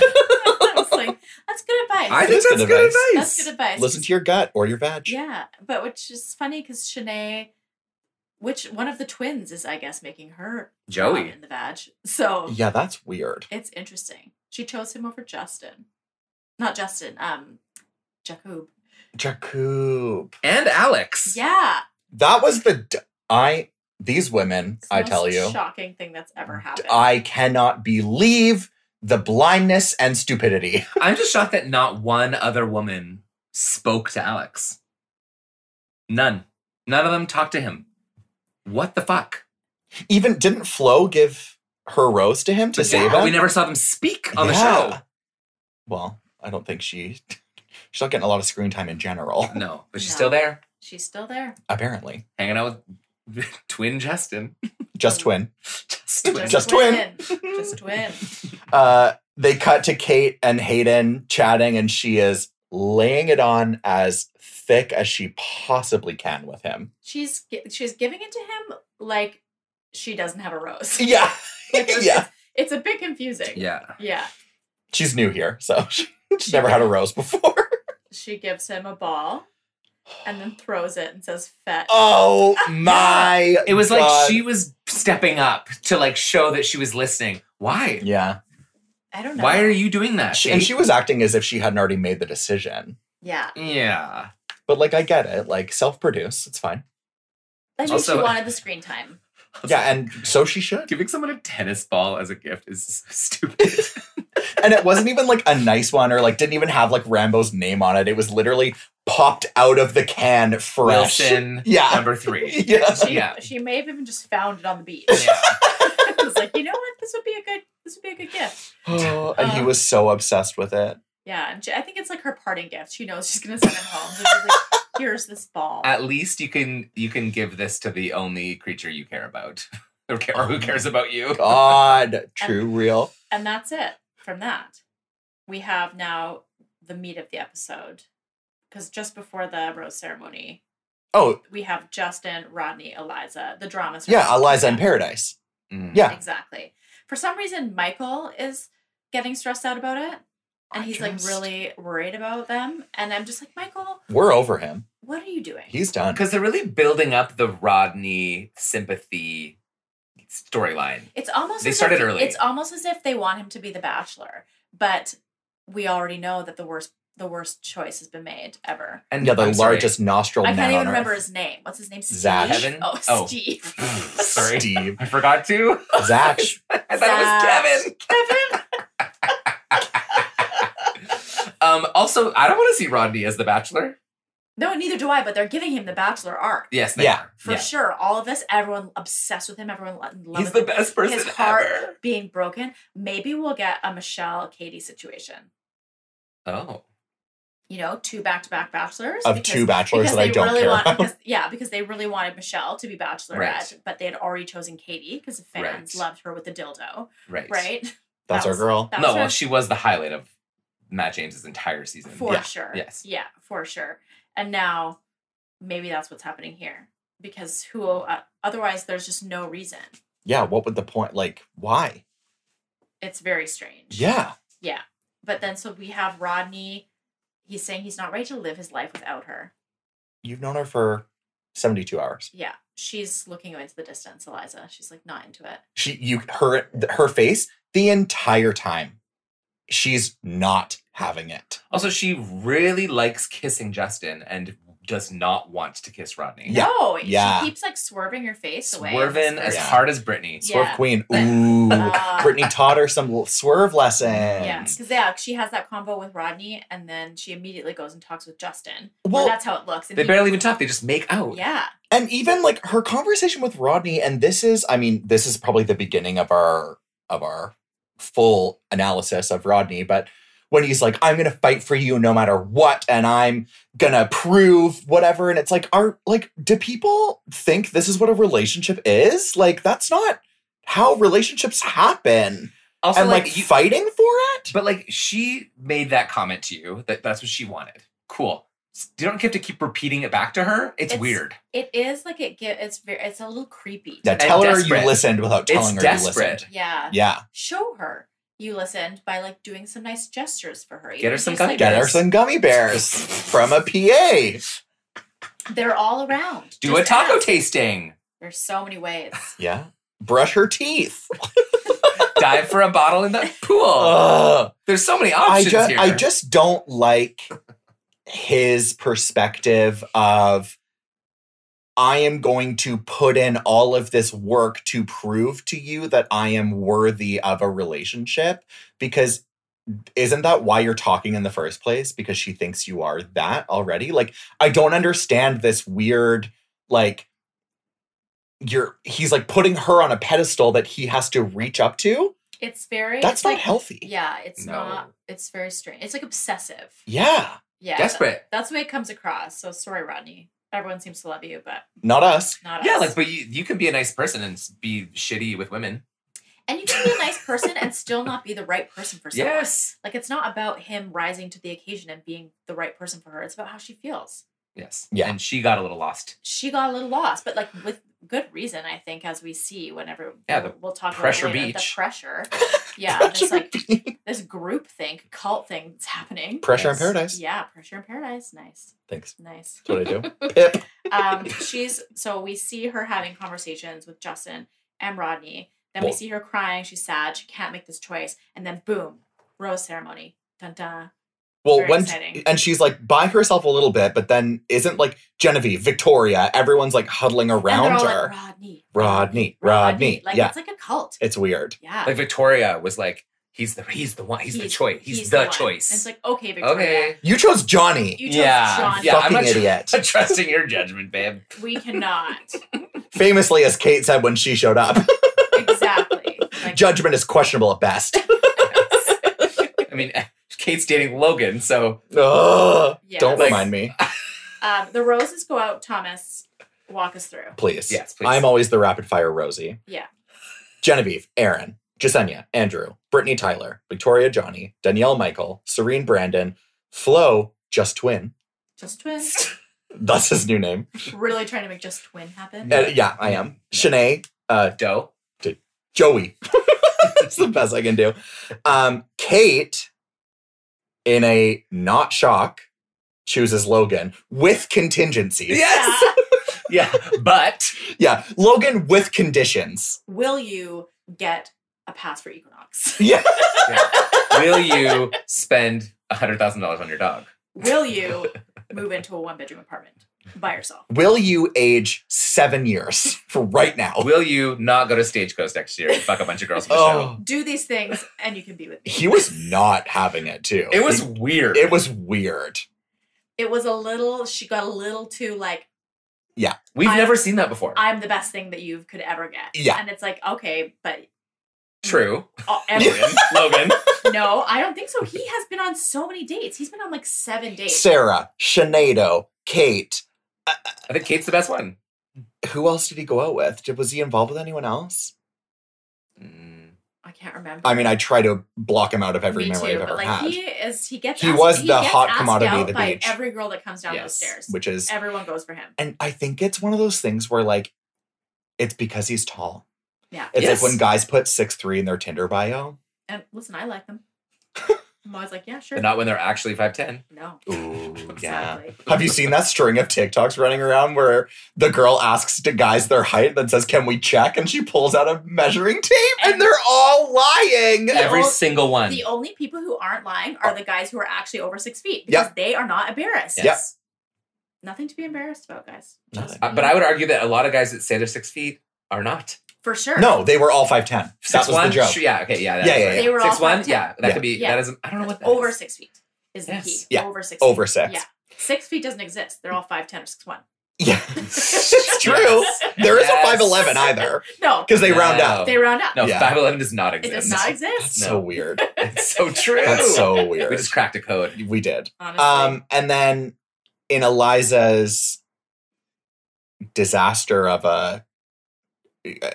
Speaker 2: Yeah.
Speaker 3: I was like, that's good advice.
Speaker 2: I
Speaker 1: That's
Speaker 2: think that's
Speaker 1: good
Speaker 2: good,
Speaker 1: advice.
Speaker 2: advice.
Speaker 3: that's good advice.
Speaker 1: Listen to your gut or your vag.
Speaker 3: Yeah, but which is funny because Shanae, which one of the twins is, I guess, making her throb
Speaker 2: Joey.
Speaker 3: in the vag. So
Speaker 1: Yeah, that's weird.
Speaker 3: it's interesting. She chose him over Justin. Not Justin, um, Jacob.
Speaker 1: Jacob.
Speaker 2: And Alex.
Speaker 3: Yeah.
Speaker 1: That was the. D- I. These women,
Speaker 3: It's the
Speaker 1: I
Speaker 3: most
Speaker 1: tell you,
Speaker 3: Shocking thing that's ever happened.
Speaker 1: I cannot believe the blindness and stupidity.
Speaker 2: I'm just shocked that not one other woman spoke to Alex. None. None of them talked to him. What the fuck?
Speaker 1: Even didn't Flo give her rose to him to save
Speaker 2: But
Speaker 1: him?
Speaker 2: we never saw them speak on the
Speaker 1: Yeah. Well, I don't think she. She's not getting a lot of screen time in general,
Speaker 2: show. No, but she's
Speaker 3: No.
Speaker 2: still there,
Speaker 3: She's still there.
Speaker 1: apparently.
Speaker 2: hanging out with twin Justin. Mm-hmm.
Speaker 1: Just twin.
Speaker 2: Justin.
Speaker 1: Just
Speaker 3: twin. Just twin.
Speaker 1: Uh, they cut to Kate and Hayden chatting, and she is laying it on as thick as she possibly can with him.
Speaker 3: She's gi- she's giving it to him like she doesn't have a rose.
Speaker 1: Yeah.
Speaker 3: Like, it's-
Speaker 1: yeah.
Speaker 3: It's a bit confusing.
Speaker 2: yeah.
Speaker 3: Yeah.
Speaker 1: She's new here, so she's never had a rose before.
Speaker 3: She gives him a ball and then throws it and says "fet."
Speaker 1: Oh my!
Speaker 2: It was
Speaker 1: God.
Speaker 2: like she was stepping up to like show that she was listening. Why?
Speaker 1: Yeah,
Speaker 3: I don't know.
Speaker 2: Why are you doing that?
Speaker 1: she, and she was acting as if she hadn't already made the decision.
Speaker 3: Yeah.
Speaker 2: yeah.
Speaker 1: But like, I get it. Like, self-produce, it's fine.
Speaker 3: I think
Speaker 2: Also-
Speaker 3: she wanted the screen time.
Speaker 1: Yeah, and so she should.
Speaker 2: Giving someone a tennis ball as a gift is so stupid.
Speaker 1: And it wasn't even like a nice one, or like didn't even have like Rambo's name on it. It was literally popped out of the can fresh.
Speaker 2: Wilson,
Speaker 1: Yeah,
Speaker 2: number three.
Speaker 1: yeah.
Speaker 3: She,
Speaker 2: Yeah.
Speaker 3: she may have even just found it on the beach.
Speaker 2: Yeah.
Speaker 3: I was like, you know what? This would be a good. This would be a good gift.
Speaker 1: and he was so obsessed with it.
Speaker 3: Yeah, and she, I think it's like her parting gift. She knows she's gonna send him home. So she's like, here's this ball.
Speaker 2: At least you can you can give this to the only creature you care about, or, care, or who cares about you.
Speaker 1: Oh God, true, real.
Speaker 3: And that's it from that. We have now the meat of the episode. Because just before the rose ceremony,
Speaker 1: Oh,
Speaker 3: we have Justin, Rodney, Eliza, the drama.
Speaker 1: yeah, Eliza in Paradise.
Speaker 2: Mm.
Speaker 1: Yeah.
Speaker 3: Exactly. For some reason, Michael is getting stressed out about it.
Speaker 2: I
Speaker 3: And he's like
Speaker 2: just-
Speaker 3: really worried about them. And I'm just like, Michael,
Speaker 1: We're over him.
Speaker 3: what are you doing?
Speaker 1: He's done.
Speaker 2: because they're really building up the Rodney sympathy storyline.
Speaker 3: It's almost
Speaker 2: They
Speaker 3: as
Speaker 2: started
Speaker 3: if,
Speaker 2: early.
Speaker 3: It's almost as if they want him to be the bachelor, but we already know that the worst the worst choice has been made ever.
Speaker 2: And
Speaker 1: Yeah, the
Speaker 2: I'm sorry.
Speaker 1: largest nostril
Speaker 3: I
Speaker 1: Oh, man
Speaker 3: can't
Speaker 1: on
Speaker 3: even remember
Speaker 1: earth.
Speaker 3: his name. What's his name? Steve.
Speaker 1: Zach.
Speaker 2: Kevin?
Speaker 3: Oh,
Speaker 2: Oh.
Speaker 3: Steve.
Speaker 2: sorry,
Speaker 1: Steve,
Speaker 2: I forgot to.
Speaker 1: Zach.
Speaker 2: I thought it was Kevin.
Speaker 3: Kevin.
Speaker 2: Um, also, I don't want to see Rodney as the Bachelor.
Speaker 3: No, neither do I. But they're giving him the bachelor arc
Speaker 2: Yes, they
Speaker 1: Yeah.
Speaker 2: are.
Speaker 3: for
Speaker 2: Yeah.
Speaker 3: sure. All of this, everyone obsessed with him. Everyone lo- in love
Speaker 2: He's
Speaker 3: with
Speaker 2: the
Speaker 3: him.
Speaker 2: best person
Speaker 3: His heart
Speaker 2: ever.
Speaker 3: being broken. Maybe we'll get a Michelle Katie situation.
Speaker 2: Oh,
Speaker 3: You know, two back to back bachelors
Speaker 1: of
Speaker 3: because-
Speaker 1: two bachelors
Speaker 3: because
Speaker 1: that I
Speaker 3: they
Speaker 1: don't
Speaker 3: really
Speaker 1: care
Speaker 3: want,
Speaker 1: about.
Speaker 3: because, yeah, because they really wanted Michelle to be bachelorette,
Speaker 2: Right.
Speaker 3: but they had already chosen Katie because the fans
Speaker 2: Right.
Speaker 3: loved her with the dildo,
Speaker 2: right,
Speaker 3: right?
Speaker 1: That's
Speaker 3: that
Speaker 1: our
Speaker 3: was-
Speaker 1: girl.
Speaker 3: That
Speaker 2: No,
Speaker 3: was
Speaker 2: well,
Speaker 3: her-
Speaker 2: she was the highlight of Matt James's entire season.
Speaker 3: for
Speaker 1: Yeah.
Speaker 3: sure.
Speaker 2: Yes.
Speaker 3: Yeah, for sure. And now, maybe that's what's happening here because who? Uh, otherwise, there's just no reason.
Speaker 1: Yeah, what would the point? Like, why?
Speaker 3: It's very strange.
Speaker 1: Yeah,
Speaker 3: But then, so we have Rodney. He's saying he's not ready to live his life without her.
Speaker 1: you've known her for seventy-two hours.
Speaker 3: Yeah, she's looking into the distance, Eliza. She's like not into it.
Speaker 1: She, you, her, th- her face the entire time. She's not having it.
Speaker 2: Also, she really likes kissing Justin and does not want to kiss Rodney.
Speaker 1: Yeah.
Speaker 3: No,
Speaker 1: Yeah.
Speaker 3: she keeps like swerving her face away.
Speaker 2: Swerving as
Speaker 1: Yeah.
Speaker 2: hard as Brittany.
Speaker 1: Swerve
Speaker 3: Yeah.
Speaker 1: Queen. Ooh,
Speaker 3: Uh,
Speaker 1: Brittany taught her some little swerve lessons.
Speaker 3: Yeah, because yeah, she has that convo with Rodney, and then she immediately goes and talks with Justin. Well,
Speaker 1: Well,
Speaker 3: that's how it looks. And
Speaker 2: They
Speaker 3: he-
Speaker 2: barely even talk, they just make out.
Speaker 3: Yeah,
Speaker 1: and even like her conversation with Rodney, and this is, I mean, this is probably the beginning of our of our full analysis of Rodney, but when he's like, I'm gonna fight for you no matter what, and I'm gonna prove whatever, and it's like, are like, do people think this is what a relationship is? Like, that's not how relationships happen.
Speaker 2: Also,
Speaker 1: and like,
Speaker 2: you,
Speaker 1: fighting for it?
Speaker 2: but like she made that comment to you that that's what she wanted. Cool. You don't have to keep repeating it back to her. It's,
Speaker 3: It's-
Speaker 2: weird.
Speaker 3: it is like it. Get, it's very. It's a little creepy.
Speaker 1: Yeah, tell her
Speaker 2: desperate.
Speaker 1: you listened without
Speaker 2: It's
Speaker 1: telling her you
Speaker 2: desperate.
Speaker 1: listened.
Speaker 3: Yeah.
Speaker 1: Yeah.
Speaker 3: Show her you listened by like doing some nice gestures for her.
Speaker 2: Get her some
Speaker 3: gummy
Speaker 2: gummy
Speaker 1: Get her some gummy bears from a PA.
Speaker 3: They're all around.
Speaker 2: Do
Speaker 3: Just
Speaker 2: a taco
Speaker 3: ask.
Speaker 2: tasting.
Speaker 3: There's so many ways.
Speaker 1: Yeah. Brush her teeth.
Speaker 2: Dive for a bottle in the pool.
Speaker 1: Ugh.
Speaker 2: There's so many
Speaker 1: Uh, I
Speaker 2: options
Speaker 1: just
Speaker 2: here.
Speaker 1: I just don't like his perspective of I am going to put in all of this work to prove to you that I am worthy of a relationship because isn't that why you're talking in the first place because she thinks you are that already like I don't understand this weird like you're he's like putting her on a pedestal that he has to reach up to
Speaker 3: It's very.
Speaker 1: that's
Speaker 3: it's
Speaker 1: not
Speaker 3: like-
Speaker 1: healthy
Speaker 3: Yeah, it's
Speaker 2: No.
Speaker 3: not. It's very strange. It's like obsessive.
Speaker 1: yeah.
Speaker 3: Yeah.
Speaker 2: desperate.
Speaker 3: That's the way it comes across. So sorry, Rodney. Everyone seems to love you, but
Speaker 1: Not us.
Speaker 3: not
Speaker 2: Yeah,
Speaker 3: us.
Speaker 2: like, but you, you can be a nice person and s- be shitty with women.
Speaker 3: And you can be a nice person and still not be the right person for someone.
Speaker 2: Yes.
Speaker 3: Like it's not about him rising to the occasion and being the right person for her. It's about how she feels.
Speaker 2: Yes.
Speaker 1: Yeah.
Speaker 2: And she got a little lost.
Speaker 3: She got a little lost, but like with good reason, I think, as we see whenever
Speaker 2: Yeah, the
Speaker 3: we'll talk
Speaker 2: pressure
Speaker 3: about it later,
Speaker 2: beach.
Speaker 3: the pressure. Yeah, this like this group think, cult thing that's happening.
Speaker 1: Pressure
Speaker 2: Yes.
Speaker 1: in paradise.
Speaker 3: Yeah, pressure in paradise. Nice,
Speaker 1: Thanks.
Speaker 3: nice.
Speaker 1: That's what I do. Pip.
Speaker 3: Um, she's so we see her having conversations with Justin and Rodney. Then we
Speaker 1: Well-
Speaker 3: see her crying. She's sad. She can't make this choice. And then boom, rose ceremony. Dun dun.
Speaker 1: Well,
Speaker 3: Very
Speaker 1: when
Speaker 3: exciting.
Speaker 1: and she's like by herself a little bit, but then isn't like Genevieve, Victoria, everyone's like huddling
Speaker 3: And they're
Speaker 1: around
Speaker 3: all
Speaker 1: her.
Speaker 3: like Rodney,
Speaker 1: Rodney, Rodney.
Speaker 3: Like
Speaker 1: yeah,
Speaker 3: it's like a cult.
Speaker 1: it's weird.
Speaker 3: Yeah.
Speaker 2: Like Victoria was like, he's the he's the one, he's, the choice, he's, the,
Speaker 3: one.
Speaker 2: choice.
Speaker 3: And it's like okay, Victoria.
Speaker 2: okay,
Speaker 1: You chose Johnny.
Speaker 3: You chose
Speaker 2: Yeah.
Speaker 3: John.
Speaker 2: Yeah. I'm
Speaker 1: Fucking
Speaker 2: not sure-
Speaker 1: idiot.
Speaker 2: trusting your judgment, babe.
Speaker 3: We cannot.
Speaker 1: Famously, as Kate said when she showed up,
Speaker 3: exactly. Like,
Speaker 1: judgment is questionable at best.
Speaker 2: I mean, Kate's dating Logan, so
Speaker 1: Ugh.
Speaker 3: yeah.
Speaker 1: Don't
Speaker 2: Like-
Speaker 1: remind me,
Speaker 3: Um, the roses go out. Thomas, walk us through.
Speaker 1: please.
Speaker 2: Yes, please.
Speaker 1: I'm always the rapid fire Rosie.
Speaker 3: Yeah.
Speaker 1: Genevieve, Aaron, Jasenia, Andrew, Brittany Tyler, Victoria Johnny, Danielle Michael, Serene Brandon, Flo, Just Twin.
Speaker 3: Just twin.
Speaker 1: That's his new name.
Speaker 3: really trying to make just twin happen.
Speaker 1: Uh, yeah, I am. Shanae, uh,
Speaker 2: Doe.
Speaker 1: Joey. That's the best I can do. Um, Kate, in a not shock, chooses Logan with contingencies.
Speaker 2: Yes.
Speaker 3: Yeah.
Speaker 2: Yeah, but
Speaker 1: Yeah, Logan with conditions.
Speaker 3: Will you get a pass for Equinox?
Speaker 1: Yeah.
Speaker 2: will you spend hundred thousand dollars on your dog?
Speaker 3: Will you move into a one bedroom apartment by yourself?
Speaker 1: Will you age seven years for right now?
Speaker 2: Will you not go to Stagecoach next year and fuck a bunch of girls in the show?
Speaker 1: Oh,
Speaker 3: Do these things and you can be with me.
Speaker 1: he was not having it too.
Speaker 2: It was weird.
Speaker 1: It was weird.
Speaker 3: It was a little, she got a little too like,
Speaker 2: We've
Speaker 3: I-
Speaker 2: never seen that before.
Speaker 3: I'm the best thing that you could ever get.
Speaker 1: Yeah.
Speaker 3: And it's like, okay, but
Speaker 2: True.
Speaker 3: all,
Speaker 2: Logan.
Speaker 3: everyone.
Speaker 2: Logan.
Speaker 3: no, I don't think so. He has been on so many dates. He's been on like seven dates.
Speaker 1: Sarah, Sinead, Kate.
Speaker 2: I think Kate's the best one.
Speaker 1: Who else did he go out with? Did, was he involved with anyone else?
Speaker 2: Mm.
Speaker 3: I can't remember.
Speaker 1: I mean, I try to block him out of every
Speaker 3: me
Speaker 1: memory
Speaker 3: too,
Speaker 1: I've ever
Speaker 3: but like
Speaker 1: had.
Speaker 3: he is, he gets.
Speaker 1: He
Speaker 3: asked-
Speaker 1: was the
Speaker 3: gets
Speaker 1: hot
Speaker 3: asked
Speaker 1: commodity
Speaker 3: out
Speaker 1: of the
Speaker 3: by
Speaker 1: beach.
Speaker 3: Every girl that comes down
Speaker 2: Yes.
Speaker 3: those stairs,
Speaker 1: which is
Speaker 3: everyone goes for him.
Speaker 1: and I think it's one of those things where like it's because he's tall.
Speaker 3: Yeah.
Speaker 1: It's
Speaker 2: Yes.
Speaker 1: like when guys put six three in their Tinder bio.
Speaker 3: And listen, I like them. I'm always like, yeah, sure.
Speaker 2: But not when they're actually 5'10.
Speaker 3: no,
Speaker 1: Ooh,
Speaker 3: exactly.
Speaker 1: Have you seen that string of TikToks running around where the girl asks the guys their height and says, "Can we check?" and she pulls out a measuring tape and they're all lying.
Speaker 3: Yeah.
Speaker 2: Every
Speaker 3: ol-
Speaker 2: single one.
Speaker 3: The only people who aren't lying are the guys who are actually over six feet
Speaker 1: Yep.
Speaker 3: because they are not embarrassed.
Speaker 2: Yes.
Speaker 3: Nothing to be embarrassed about, guys.
Speaker 1: Nothing.
Speaker 2: Uh, but I would argue that a lot of guys that say they're six feet are not.
Speaker 3: for sure.
Speaker 1: No, they were all five ten. That
Speaker 2: Six
Speaker 1: was
Speaker 2: one?
Speaker 1: the joke.
Speaker 2: Sure, yeah, okay,
Speaker 1: Yeah,
Speaker 2: yeah.
Speaker 1: yeah,
Speaker 2: right.
Speaker 3: They were
Speaker 2: Six
Speaker 3: all
Speaker 2: one?
Speaker 3: 5'10.
Speaker 2: Yeah, that
Speaker 1: Yeah.
Speaker 2: could be,
Speaker 3: Yeah.
Speaker 2: that is, I don't know what that is.
Speaker 3: over six feet is
Speaker 2: Yes.
Speaker 3: the key.
Speaker 1: Yeah.
Speaker 3: Over six.
Speaker 1: Over
Speaker 3: feet.
Speaker 1: six.
Speaker 3: Yeah, six feet doesn't exist. They're all five ten or six one.
Speaker 1: Yeah, it's true. There isn't
Speaker 2: Yes.
Speaker 1: five eleven either
Speaker 3: No,
Speaker 1: because they round
Speaker 2: No.
Speaker 1: up.
Speaker 3: they round up.
Speaker 2: No,
Speaker 1: Yeah.
Speaker 2: 5'11 does not
Speaker 3: It
Speaker 2: exist.
Speaker 3: does not exist.
Speaker 1: That's so weird.
Speaker 2: It's so true.
Speaker 1: That's so weird.
Speaker 2: We just cracked a code.
Speaker 1: we did.
Speaker 3: Honestly,
Speaker 1: Um, and then in Eliza's disaster of a e, uh,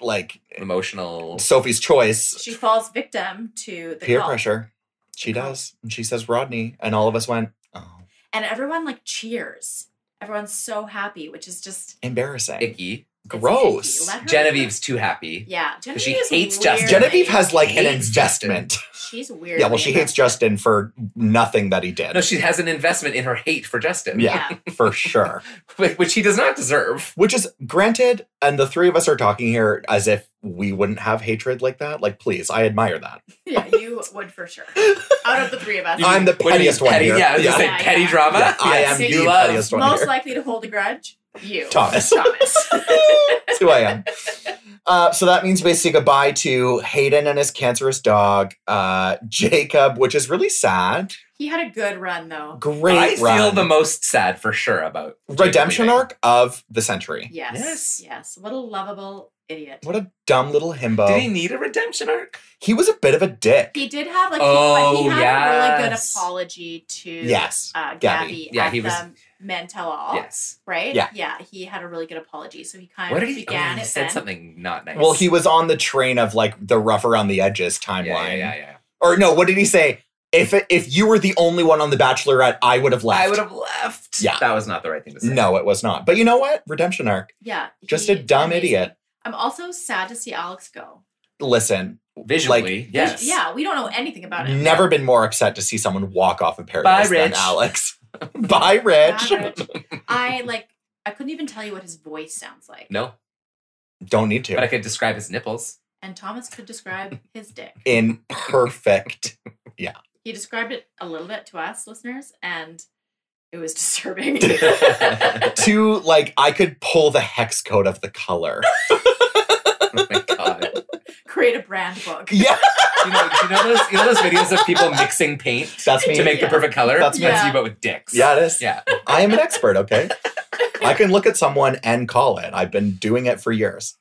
Speaker 1: like
Speaker 2: Emotional.
Speaker 1: Sophie's choice,
Speaker 3: she falls victim to the
Speaker 1: peer
Speaker 3: cult.
Speaker 1: pressure, she
Speaker 3: The cult.
Speaker 1: does, and she says Rodney, and all of us went, oh,
Speaker 3: and everyone like cheers. Everyone's so happy, which is just
Speaker 1: embarrassing,
Speaker 2: Icky.
Speaker 3: it's
Speaker 1: gross.
Speaker 3: icky. Let her-
Speaker 2: Genevieve's too happy.
Speaker 3: Yeah, Genevieve
Speaker 2: She
Speaker 3: is
Speaker 2: hates
Speaker 3: weird.
Speaker 2: Justin.
Speaker 1: Genevieve has like an
Speaker 2: Hates
Speaker 1: investment.
Speaker 3: She's weird.
Speaker 1: Yeah, well, she hates Justin for nothing that he did.
Speaker 2: No, she has an investment in her hate for Justin.
Speaker 1: yeah, for sure.
Speaker 2: Wh- Which he does not deserve.
Speaker 1: Which is granted, and the three of us are talking here as if we wouldn't have hatred like that. Like, please, I admire that.
Speaker 3: Yeah, you would for sure. Out of the three of us,
Speaker 1: You- I'm the
Speaker 2: What do you mean,
Speaker 1: pettiest one
Speaker 2: petty-
Speaker 1: here.
Speaker 2: Yeah, I was gonna
Speaker 3: Yeah.
Speaker 2: say, petty
Speaker 3: Yeah.
Speaker 2: drama.
Speaker 1: Yeah, I am
Speaker 3: the
Speaker 1: you
Speaker 2: you love.
Speaker 1: pettiest one
Speaker 3: most
Speaker 1: here.
Speaker 3: likely to hold a grudge. You,
Speaker 1: Thomas.
Speaker 3: Thomas.
Speaker 1: That's who I am. Uh, so that means basically goodbye to Hayden and his cancerous dog, uh, Jacob, which is really sad.
Speaker 3: he had a good run though.
Speaker 1: Great
Speaker 2: I feel
Speaker 1: run.
Speaker 2: the most sad for sure about Jacob
Speaker 1: redemption
Speaker 2: leaving.
Speaker 1: arc of the century.
Speaker 3: Yes,
Speaker 2: Yes.
Speaker 3: yes, What a lovable idiot.
Speaker 1: What a dumb little himbo.
Speaker 2: Did he
Speaker 1: he-,
Speaker 2: need a redemption arc?
Speaker 1: was a bit of a dick.
Speaker 3: He did have like he-
Speaker 2: Oh,
Speaker 3: he, had a really good
Speaker 2: yes.
Speaker 3: apology to
Speaker 1: Yes.
Speaker 3: uh,
Speaker 1: Gabby.
Speaker 3: Gabby.
Speaker 2: Yeah,
Speaker 3: at
Speaker 2: he was-
Speaker 3: the Men Tell All.
Speaker 2: Yes.
Speaker 3: right?
Speaker 1: Yeah.
Speaker 3: yeah. He had a really good apology, so he kind
Speaker 2: What
Speaker 3: of
Speaker 2: did he? Oh,
Speaker 3: began
Speaker 2: he
Speaker 3: it.
Speaker 2: said
Speaker 3: then.
Speaker 2: something not nice.
Speaker 1: Well, he was on the train of like the rough around the edges
Speaker 2: Yeah,
Speaker 1: timeline.
Speaker 2: yeah, yeah, yeah.
Speaker 1: Or no, what did he say? If if you were the only one on The Bachelorette, I would have left.
Speaker 2: I would have left.
Speaker 1: Yeah.
Speaker 2: That was not the right thing to say.
Speaker 1: No, it was not. But you know what? Redemption arc.
Speaker 3: Yeah.
Speaker 1: Just
Speaker 3: he-
Speaker 1: a dumb
Speaker 3: amazing.
Speaker 1: idiot.
Speaker 3: I'm also sad to see Alex go.
Speaker 1: Listen,
Speaker 2: Visually,
Speaker 1: Like-
Speaker 2: yes.
Speaker 3: Yeah, we don't know anything about him.
Speaker 1: never been more upset to see someone walk off of paradise than
Speaker 2: Rich.
Speaker 1: Alex. Bye, Rich.
Speaker 3: Average. I like. I couldn't even tell you what his voice sounds like.
Speaker 2: No,
Speaker 1: Don't need
Speaker 2: but I
Speaker 1: to.
Speaker 2: could describe his nipples.
Speaker 3: And Thomas could describe his dick.
Speaker 1: In perfect.
Speaker 3: He described it a little bit to us listeners, and it was disturbing.
Speaker 2: oh
Speaker 1: to like, I could pull the hex code of the color.
Speaker 2: my god.
Speaker 3: Create a brand book.
Speaker 1: Yeah,
Speaker 2: you know, you know those you know those videos of people mixing paint
Speaker 1: that's me.
Speaker 2: to make
Speaker 3: Yeah.
Speaker 2: the perfect color.
Speaker 1: That's
Speaker 3: me.
Speaker 2: you, but with dicks.
Speaker 1: yeah, it is.
Speaker 2: yeah.
Speaker 1: I am an expert, okay? I can look at someone and call it. I've been doing it for years.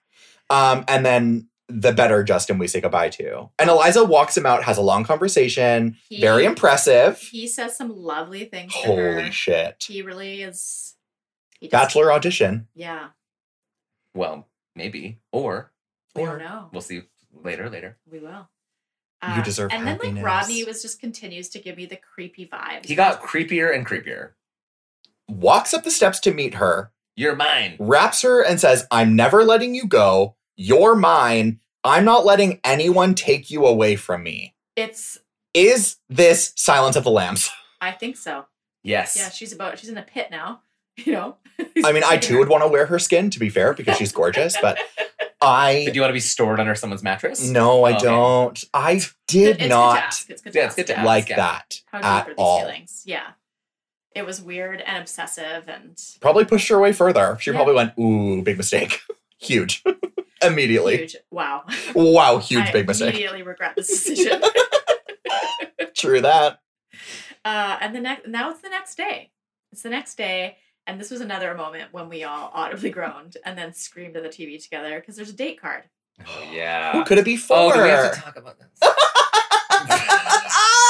Speaker 1: Um, and then the better Justin we say goodbye to. And Eliza walks him out, has a long conversation,
Speaker 3: He,
Speaker 1: very impressive.
Speaker 3: He says some lovely things. to her.
Speaker 1: Holy shit.
Speaker 3: He really is. He does-
Speaker 1: Bachelor audition.
Speaker 3: Yeah.
Speaker 2: Well, maybe or
Speaker 3: We
Speaker 1: Or-
Speaker 3: don't know.
Speaker 2: we'll see later. Later,
Speaker 3: We will. Uh,
Speaker 1: You deserve
Speaker 3: And then
Speaker 1: happiness.
Speaker 3: like Rodney was just continues to give me the creepy vibes.
Speaker 2: he got creepier and creepier.
Speaker 1: Walks up the steps to meet her,
Speaker 2: You're mine.
Speaker 1: wraps her, and says, I'm never letting you go. You're mine. I'm not letting anyone take you away from me.
Speaker 3: It's.
Speaker 1: Is this Silence of the Lambs?
Speaker 3: I think so.
Speaker 2: Yes.
Speaker 3: Yeah, she's about. She's in a pit now. You know.
Speaker 1: I mean, I too would want to wear her skin, to be fair, because she's gorgeous, but I.
Speaker 2: But do you want to be stored under someone's mattress?
Speaker 1: No, I
Speaker 2: Okay.
Speaker 1: don't. I
Speaker 3: It-
Speaker 1: did
Speaker 3: it's Good to
Speaker 1: not
Speaker 3: ask. It's good to
Speaker 2: Yeah, it's
Speaker 3: ask.
Speaker 2: good to ask.
Speaker 1: like
Speaker 2: yeah.
Speaker 1: that
Speaker 3: How deep are
Speaker 1: at
Speaker 3: these
Speaker 1: all.
Speaker 3: feelings? Yeah. It was weird and obsessive, and
Speaker 1: Probably pushed her away further. She
Speaker 3: Yeah.
Speaker 1: probably went, ooh, big mistake. huge. immediately.
Speaker 3: huge. Wow.
Speaker 1: Wow, huge
Speaker 3: I
Speaker 1: big mistake.
Speaker 3: Immediately regret this decision.
Speaker 1: True that.
Speaker 3: uh, and the next, now it's the next day. It's the next day, and this was another moment when we all audibly groaned and then screamed at the TV together because there's a date card.
Speaker 2: Oh,
Speaker 1: Who
Speaker 2: yeah.
Speaker 1: could it be for?
Speaker 2: Oh, do we have to talk about this?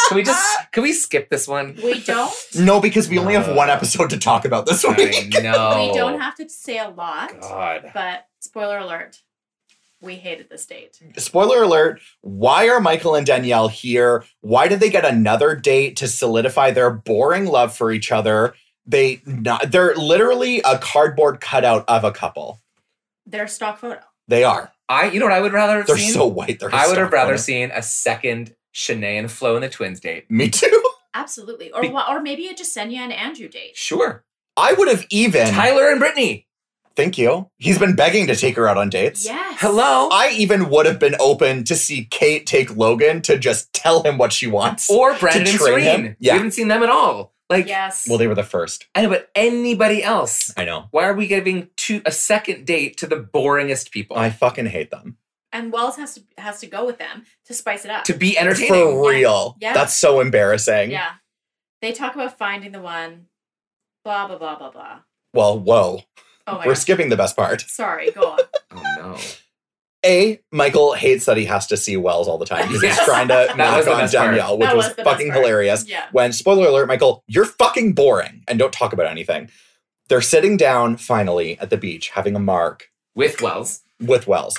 Speaker 2: can we just can we skip this one?
Speaker 3: We don't.
Speaker 1: No, because we only have one episode to talk about this week.
Speaker 2: I know.
Speaker 3: We don't have to say a lot,
Speaker 2: God.
Speaker 3: but spoiler alert, we hated this date.
Speaker 1: Spoiler alert, why are Michael and Danielle here? Why did they get another date to solidify their boring love for each other? They not, they're literally a cardboard cutout of a couple.
Speaker 3: Their stock photo.
Speaker 1: They are.
Speaker 2: I you know what I would rather have
Speaker 1: They're
Speaker 2: seen?
Speaker 1: so white. They're
Speaker 2: I would have
Speaker 1: hysterical.
Speaker 2: rather seen a second Shanae and Flo and the twins date.
Speaker 1: Me too.
Speaker 3: Absolutely. Or
Speaker 2: Be-
Speaker 3: wha- or maybe a Jasenia and Andrew date.
Speaker 2: Sure.
Speaker 1: I would have even.
Speaker 2: Tyler and Brittany.
Speaker 1: Thank you. He's been begging to take her out on dates.
Speaker 3: Yes.
Speaker 2: Hello.
Speaker 1: I even would have been open to see Kate take Logan to just tell him what she wants.
Speaker 2: or Brandon and
Speaker 1: train him?
Speaker 2: Serene.
Speaker 1: Yeah.
Speaker 2: We haven't seen them at all. Like
Speaker 3: Yes.
Speaker 1: well, they were the first.
Speaker 2: I know, but anybody else.
Speaker 1: I know.
Speaker 2: Why are we giving two a second date to the boringest people?
Speaker 1: I fucking hate them.
Speaker 3: and Wells has to has to go with them to spice it up.
Speaker 2: to be entertaining.
Speaker 1: For real.
Speaker 3: Yeah.
Speaker 1: That's so embarrassing.
Speaker 3: yeah. They talk about finding the one. Blah blah blah blah blah.
Speaker 1: Well, whoa.
Speaker 3: Oh my
Speaker 1: We're
Speaker 3: god.
Speaker 1: skipping the best part.
Speaker 3: Sorry, go on.
Speaker 2: Oh no.
Speaker 1: A, Michael hates that he has to see Wells all the time because
Speaker 2: Yes.
Speaker 1: he's trying to
Speaker 2: That was
Speaker 1: knock
Speaker 2: the
Speaker 1: on
Speaker 2: best part.
Speaker 1: Danielle, which
Speaker 3: That
Speaker 1: was,
Speaker 3: was the best
Speaker 1: fucking
Speaker 3: part.
Speaker 1: hilarious.
Speaker 3: Yeah.
Speaker 1: when spoiler alert michael you're fucking boring and don't talk about anything they're sitting down finally at the beach having a mark
Speaker 2: With Wells.
Speaker 1: with wells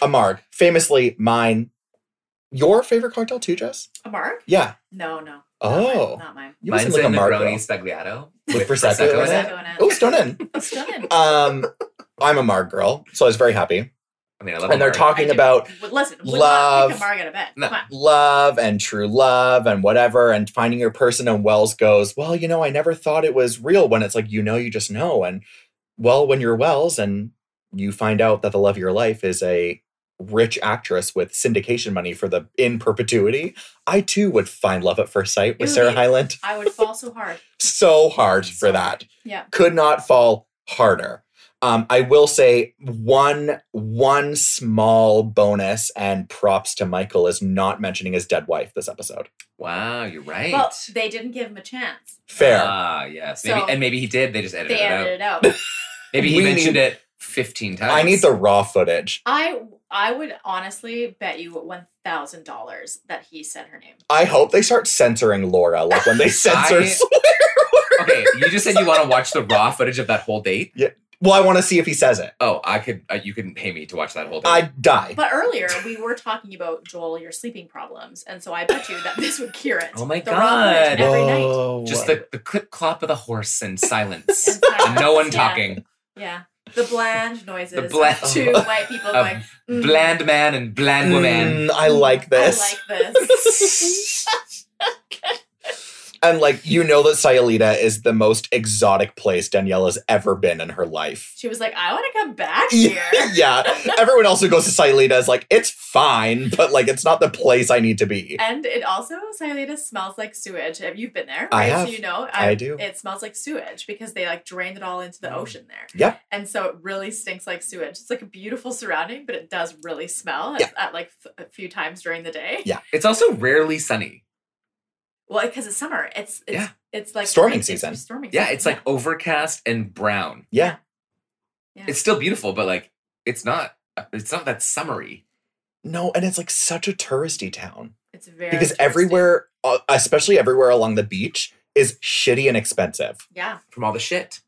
Speaker 1: a mark famously mine your favorite cocktail too jess
Speaker 3: A mark?
Speaker 1: yeah
Speaker 3: No, no.
Speaker 1: Oh.
Speaker 3: Not mine.
Speaker 1: you
Speaker 2: Mine's
Speaker 1: sound
Speaker 2: in
Speaker 1: mark
Speaker 2: Negroni Spagliato.
Speaker 1: With Prosecco
Speaker 3: Not
Speaker 1: in
Speaker 3: mine.
Speaker 1: was
Speaker 2: in
Speaker 1: it?
Speaker 3: Not going in.
Speaker 1: oh stone in
Speaker 3: It's done in.
Speaker 1: um i'm a mark girl so i was very happy
Speaker 2: I mean, I love
Speaker 1: and they're
Speaker 2: Amaro.
Speaker 1: talking
Speaker 3: I do.
Speaker 1: about
Speaker 3: Well, Listen, would not
Speaker 1: Love.
Speaker 3: pick a mark out of bed.
Speaker 2: No.
Speaker 3: Come on.
Speaker 1: love and true love and whatever and finding your person and wells goes well you know i never thought it was real when it's like you know you just know and well when you're wells and you find out that the love of your life is a rich actress with syndication money for the in perpetuity i too would find love at first sight with
Speaker 3: Ooh,
Speaker 1: sarah
Speaker 3: yeah.
Speaker 1: hyland
Speaker 3: I would fall so hard.
Speaker 1: so hard for that
Speaker 3: Yeah.
Speaker 1: could not fall harder. Um, I will say one one small bonus and props to Michael is not mentioning his dead wife this episode.
Speaker 2: Wow, you're right.
Speaker 3: Well, they didn't give him a chance.
Speaker 1: Fair.
Speaker 2: Ah, yes. Maybe,
Speaker 3: So-
Speaker 2: and maybe he did. They just edited
Speaker 3: They
Speaker 2: it out.
Speaker 3: edited it out.
Speaker 2: Maybe he
Speaker 1: We
Speaker 2: mentioned
Speaker 1: need-
Speaker 2: it 15 times.
Speaker 1: I need the raw footage.
Speaker 3: I I would honestly bet you one thousand dollars that he said her name.
Speaker 1: I hope they start censoring Laura, like when they censor.
Speaker 2: Okay, you just said you want to watch the raw footage of that whole date?
Speaker 1: Yeah. Well, I want to see if he says it.
Speaker 2: Oh, I could. Uh, you could pay me to watch that whole thing.
Speaker 1: I'd die.
Speaker 3: But earlier we were talking about Joel, your sleeping problems, and so I bet you that this would cure it.
Speaker 2: Oh my
Speaker 3: The Rock would
Speaker 2: God.
Speaker 3: every night.
Speaker 2: Just the, the clip clop of the horse and silence.
Speaker 3: And so-
Speaker 2: and no one
Speaker 3: yeah,
Speaker 2: talking.
Speaker 3: Yeah, the bland noises.
Speaker 2: The bland-
Speaker 3: of two white people
Speaker 2: Of
Speaker 3: going. "Mm,
Speaker 2: Bland man and bland woman.
Speaker 1: Mm, I like this.
Speaker 3: I like this.
Speaker 1: and like you know that Sayulita is the most exotic place Danielle has ever been in her life.
Speaker 3: she was like, I want to come back here.
Speaker 1: Yeah. yeah. Everyone else who goes to Sayulita is like, it's fine, but like it's not the place I need to be.
Speaker 3: And it also, Silita smells like sewage. Have you been there?
Speaker 1: I have.
Speaker 3: So you know,
Speaker 1: I do.
Speaker 3: It smells like sewage because they like drained it all into the
Speaker 2: Mm.
Speaker 3: ocean there.
Speaker 1: Yeah.
Speaker 3: And so it really stinks like sewage. It's like a beautiful surrounding, but it does really smell
Speaker 1: Yeah.
Speaker 3: at, at, like f- a few times during the day.
Speaker 1: Yeah.
Speaker 2: It's also rarely sunny.
Speaker 3: Well, because it's summer. It's it's
Speaker 2: Yeah.
Speaker 3: it's like
Speaker 1: Storming
Speaker 3: it's
Speaker 1: season.
Speaker 3: Storming
Speaker 2: Yeah,
Speaker 3: season,
Speaker 2: it's like overcast and brown.
Speaker 1: Yeah.
Speaker 3: Yeah.
Speaker 2: It's still beautiful, but like it's not. It's not that summery.
Speaker 1: No, and it's like such a touristy town
Speaker 3: it's very
Speaker 1: because
Speaker 3: touristy.
Speaker 1: everywhere, uh, especially everywhere along the beach, is shitty and expensive.
Speaker 3: Yeah.
Speaker 2: from all the shit.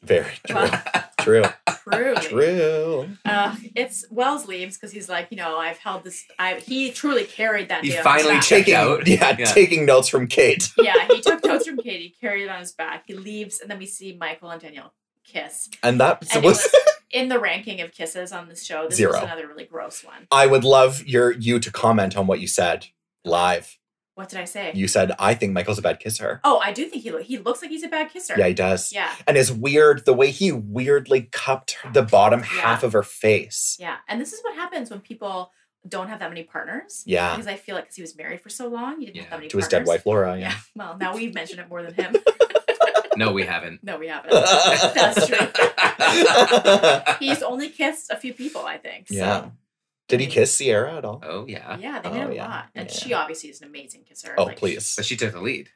Speaker 1: Very true.
Speaker 3: Well,
Speaker 1: true.
Speaker 3: truly.
Speaker 1: True.
Speaker 3: Uh, it's Wells leaves because he's like, you know, I've held this. I he truly carried that.
Speaker 2: He
Speaker 3: day on his
Speaker 2: finally
Speaker 3: back.
Speaker 2: checked
Speaker 1: Taking,
Speaker 2: out.
Speaker 1: yeah,
Speaker 2: Yeah.
Speaker 1: taking notes from Kate.
Speaker 3: yeah, he took notes from Katie, carried it on his back. He leaves, and then we see Michael and Danielle kiss.
Speaker 1: And that
Speaker 3: And it
Speaker 1: was
Speaker 3: was in the ranking of kisses on this show. This
Speaker 1: Zero.
Speaker 3: was another really gross one.
Speaker 1: I would love your you to comment on what you said live.
Speaker 3: What did I say?
Speaker 1: You said I think Michael's a bad kisser.
Speaker 3: oh, I do think he lo- he looks like he's a bad kisser.
Speaker 1: Yeah, he does.
Speaker 3: yeah,
Speaker 1: And it's weird the way he weirdly cupped the bottom half of her face.
Speaker 3: yeah. And this is what happens when people don't have that many partners.
Speaker 1: Yeah,
Speaker 3: Because I feel like because he was married for so long, he didn't have
Speaker 2: Yeah.
Speaker 3: that many
Speaker 1: to his dead
Speaker 3: partners.
Speaker 1: wife Laura.
Speaker 3: Yeah.
Speaker 1: Yeah,
Speaker 3: Well, now we've mentioned it more than him.
Speaker 2: No, we haven't.
Speaker 3: No, we haven't. That's true. He's only kissed a few people, I think. So.
Speaker 1: Yeah. Did he kiss Sierra at all?
Speaker 2: oh yeah,
Speaker 3: Yeah, they
Speaker 1: Oh,
Speaker 3: did a
Speaker 1: yeah.
Speaker 3: lot, and
Speaker 1: Yeah.
Speaker 3: she obviously is an amazing kisser.
Speaker 1: Oh,
Speaker 3: Like,
Speaker 1: please.
Speaker 2: but she took the lead.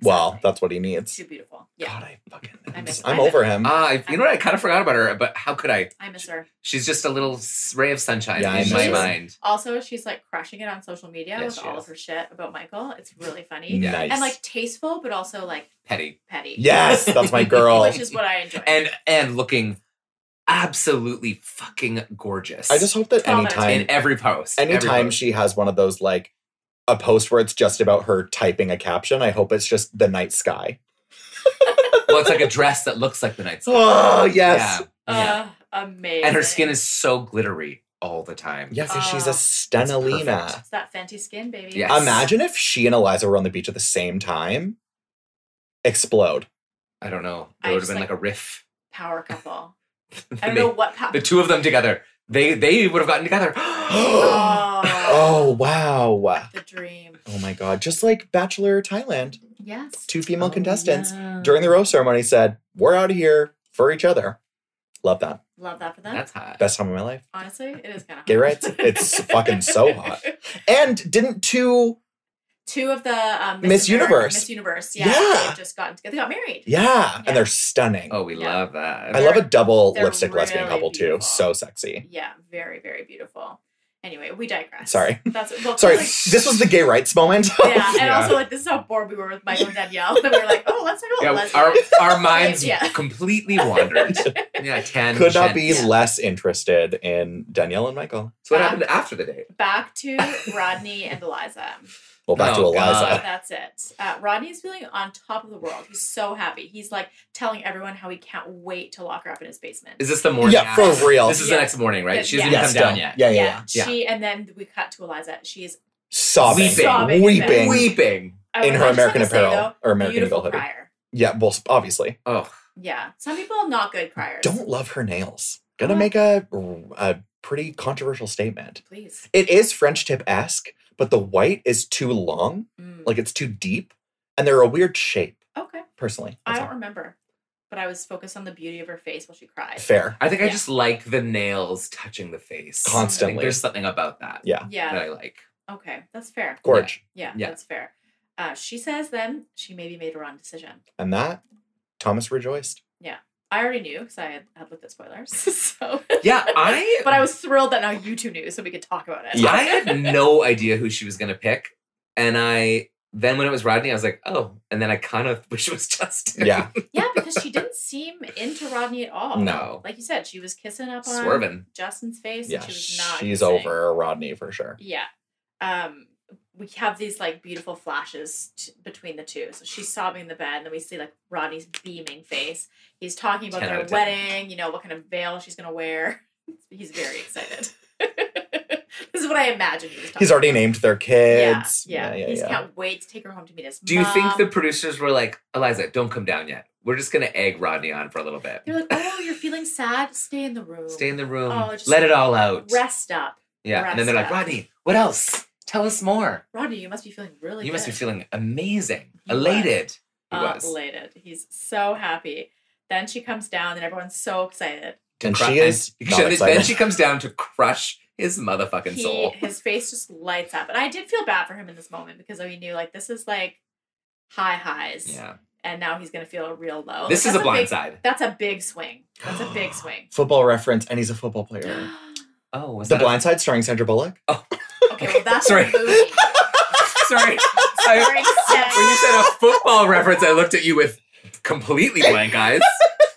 Speaker 1: Well,
Speaker 3: exactly.
Speaker 1: that's what he needs.
Speaker 3: too beautiful. Yeah,
Speaker 1: God, I fucking.
Speaker 3: I miss-
Speaker 1: I'm
Speaker 3: I miss-
Speaker 1: over him.
Speaker 2: Ah, I- you know what? I kind of forgot about her, but how could I?
Speaker 3: I miss her.
Speaker 2: She's just a little s- ray of sunshine
Speaker 1: Yeah, I
Speaker 2: in my
Speaker 3: know.
Speaker 2: mind.
Speaker 3: Also, she's like crushing it on social media
Speaker 2: Yes,
Speaker 3: with
Speaker 2: she
Speaker 3: all
Speaker 2: is.
Speaker 3: of her shit about Michael. It's really funny
Speaker 2: Yeah.
Speaker 1: Nice.
Speaker 3: and like tasteful, but also like
Speaker 2: Petty
Speaker 3: petty.
Speaker 1: yes, that's my girl.
Speaker 3: which is what I enjoy.
Speaker 2: and and looking absolutely fucking gorgeous.
Speaker 1: I just hope that
Speaker 3: Prominent.
Speaker 1: anytime,
Speaker 2: in every post, every
Speaker 1: anytime
Speaker 2: post.
Speaker 1: she has one of those like a post where it's just about her typing a caption, I hope it's just the night sky.
Speaker 2: well, it's like a dress that looks like the night sky.
Speaker 1: Oh yes,
Speaker 2: Yeah, yeah.
Speaker 3: uh, amazing.
Speaker 2: and her skin is so glittery all the time.
Speaker 1: yes, and she's
Speaker 3: Oh,
Speaker 1: a
Speaker 3: that's
Speaker 1: stenolina.
Speaker 3: It's that Fenty skin, baby.
Speaker 2: Yes.
Speaker 1: Imagine if she and Eliza were on the beach at the same time. Explode.
Speaker 2: I don't know.
Speaker 3: I
Speaker 2: There would have
Speaker 3: just
Speaker 2: been like,
Speaker 3: like-
Speaker 2: a riff.
Speaker 3: power couple. I
Speaker 2: They-
Speaker 3: don't know what power.
Speaker 2: the two of them together. They they would have gotten together.
Speaker 3: oh,
Speaker 1: Oh wow!
Speaker 3: the dream.
Speaker 1: Oh my god! Just like Bachelor Thailand,
Speaker 3: Yes.
Speaker 1: two female contestants
Speaker 2: Oh, yeah.
Speaker 1: during the rose ceremony said, "We're out of here for each other." Love that.
Speaker 3: Love that for them.
Speaker 2: That's hot.
Speaker 1: Best time of my life.
Speaker 3: Honestly, it is kind of
Speaker 1: Gay rights. It's fucking so hot. And didn't two?
Speaker 3: Two of the um,
Speaker 1: Miss
Speaker 3: America-
Speaker 1: Universe.
Speaker 3: Miss Universe, yeah,
Speaker 1: Yeah.
Speaker 3: they've just gotten together. They got married.
Speaker 1: Yeah,
Speaker 3: Yeah.
Speaker 1: and they're stunning.
Speaker 2: Oh, we
Speaker 3: Yeah.
Speaker 2: love that.
Speaker 1: I love a double
Speaker 3: they're
Speaker 1: lipstick lesbian
Speaker 3: really
Speaker 1: couple too.
Speaker 3: beautiful.
Speaker 1: So sexy.
Speaker 3: Yeah, very, very beautiful. Anyway, we digress.
Speaker 1: Sorry.
Speaker 3: That's well, 'cause,
Speaker 1: Sorry,
Speaker 3: like,
Speaker 1: this was the gay rights moment.
Speaker 3: yeah, and
Speaker 2: Yeah.
Speaker 3: also like this is how bored we were with Michael and Danielle that we were like, oh, let's talk
Speaker 2: yeah,
Speaker 3: about lesbian.
Speaker 2: our our minds
Speaker 3: Yeah.
Speaker 2: completely wandered. yeah, ten
Speaker 1: Could not be
Speaker 3: Yeah.
Speaker 1: less interested in Danielle and Michael.
Speaker 2: So what happened after the date?
Speaker 3: Back to Rodney and Eliza.
Speaker 1: Well, back to
Speaker 2: Oh,
Speaker 1: Eliza.
Speaker 2: God.
Speaker 3: That's it. Uh, Rodney is feeling on top of the world. He's so happy. He's like telling everyone how he can't wait to lock her up in his basement.
Speaker 2: Is this the morning?
Speaker 1: Yeah,
Speaker 2: after?
Speaker 1: for real.
Speaker 2: This is
Speaker 3: Yeah.
Speaker 2: the next morning, right? She
Speaker 3: Yeah.
Speaker 2: hasn't
Speaker 3: Yeah,
Speaker 2: come
Speaker 1: still.
Speaker 2: down yet.
Speaker 1: Yeah, yeah, yeah.
Speaker 2: yeah.
Speaker 3: She and then we cut to Eliza. She is
Speaker 1: Sobbing,
Speaker 2: Weeping.
Speaker 3: Sobbing.
Speaker 1: weeping
Speaker 2: Weeping.
Speaker 3: I
Speaker 1: in
Speaker 3: was-
Speaker 1: her
Speaker 3: I just have
Speaker 1: American
Speaker 3: to say,
Speaker 1: Apparel
Speaker 3: though,
Speaker 1: or American Eagle
Speaker 3: beautiful
Speaker 1: hoodie.
Speaker 3: crier.
Speaker 1: Yeah, well, s- obviously.
Speaker 2: Oh,
Speaker 3: Yeah, some people are not good criers.
Speaker 1: Don't love her nails. Gonna
Speaker 3: What?
Speaker 1: make a a pretty controversial statement.
Speaker 3: please.
Speaker 1: It is French tip esque, but the white is too long,
Speaker 3: Mm.
Speaker 1: like it's too deep, and they're a weird shape.
Speaker 3: okay,
Speaker 1: Personally,
Speaker 3: I
Speaker 1: That's
Speaker 3: don't
Speaker 1: all.
Speaker 3: remember, but I was focused on the beauty of her face while she cried.
Speaker 1: fair.
Speaker 2: I think I
Speaker 3: Yeah.
Speaker 2: just like the nails touching the face I think
Speaker 1: Constantly.
Speaker 2: There's something about that that
Speaker 3: Yeah.
Speaker 2: I like.
Speaker 3: Okay, that's fair.
Speaker 1: Gorge.
Speaker 3: Yeah,
Speaker 2: Yeah.
Speaker 3: that's fair. Uh, she says then she maybe made a wrong decision.
Speaker 1: And that, Thomas rejoiced.
Speaker 3: I already knew because I had, had looked at spoilers. So,
Speaker 2: Yeah, I
Speaker 3: but I was thrilled that now you two knew, so we could talk about it.
Speaker 1: Yeah.
Speaker 2: I had no idea who she was gonna pick, and I Then when it was Rodney, I was like, oh. And then I kind of wish it was Justin.
Speaker 1: Yeah.
Speaker 3: Yeah, because she didn't seem into Rodney at all.
Speaker 2: No.
Speaker 3: Like you said, she was kissing up on
Speaker 2: Swerving.
Speaker 3: Justin's face.
Speaker 1: Yeah.
Speaker 3: and she was not.
Speaker 1: She's
Speaker 3: kissing.
Speaker 1: over Rodney for sure.
Speaker 3: Yeah. Um, we have these like beautiful flashes t- between the two. So she's sobbing in the bed, and then we see like Rodney's beaming face. He's talking about
Speaker 2: 10
Speaker 3: their
Speaker 2: out of 10.
Speaker 3: wedding, you know, what kind of veil she's going to wear. He's very excited. this is what I imagine he was talking
Speaker 1: He's already
Speaker 3: about.
Speaker 1: named their kids.
Speaker 3: Yeah, yeah.
Speaker 1: yeah,
Speaker 3: he just
Speaker 1: yeah.
Speaker 3: can't wait to take her home to meet his
Speaker 2: Do you think
Speaker 3: mom.
Speaker 2: the producers were like, Eliza, don't come down yet? We're just going to egg Rodney on for a little bit.
Speaker 3: They're like, oh, you're feeling sad? Stay in the room.
Speaker 2: Stay in the room.
Speaker 3: Oh, just
Speaker 2: let it all out.
Speaker 3: Rest up.
Speaker 2: yeah. and then they're like,
Speaker 3: rest up.
Speaker 2: Rodney, what else? Tell us more.
Speaker 3: Rodney, you must be feeling really
Speaker 2: you must be
Speaker 3: good.
Speaker 2: feeling amazing,
Speaker 3: He was. Uh,
Speaker 2: elated. He was.
Speaker 3: elated. He's so happy. Then she comes down, and everyone's so excited.
Speaker 1: And
Speaker 2: Cru-
Speaker 1: she is
Speaker 2: and-
Speaker 1: not
Speaker 2: then she
Speaker 1: excited.
Speaker 2: comes down to crush his motherfucking
Speaker 3: he,
Speaker 2: soul.
Speaker 3: His face just lights up. And I did feel bad for him in this moment because he knew, like, this is like high highs,
Speaker 2: Yeah.
Speaker 3: and now he's going to feel a real low.
Speaker 2: This is
Speaker 3: Like,
Speaker 2: a
Speaker 3: Oh, that's
Speaker 2: blind
Speaker 3: big-
Speaker 2: side.
Speaker 3: That's a big swing. That's a big swing.
Speaker 1: Football reference, and he's a football player.
Speaker 2: Oh, was
Speaker 1: the
Speaker 2: that a-
Speaker 1: Blind Side, starring Sandra Bullock.
Speaker 3: okay, well, that's
Speaker 2: Sorry.
Speaker 3: a movie.
Speaker 2: Sorry.
Speaker 3: Sorry,
Speaker 2: I,
Speaker 3: Seth.
Speaker 2: when you said a football reference, I looked at you with completely blank eyes.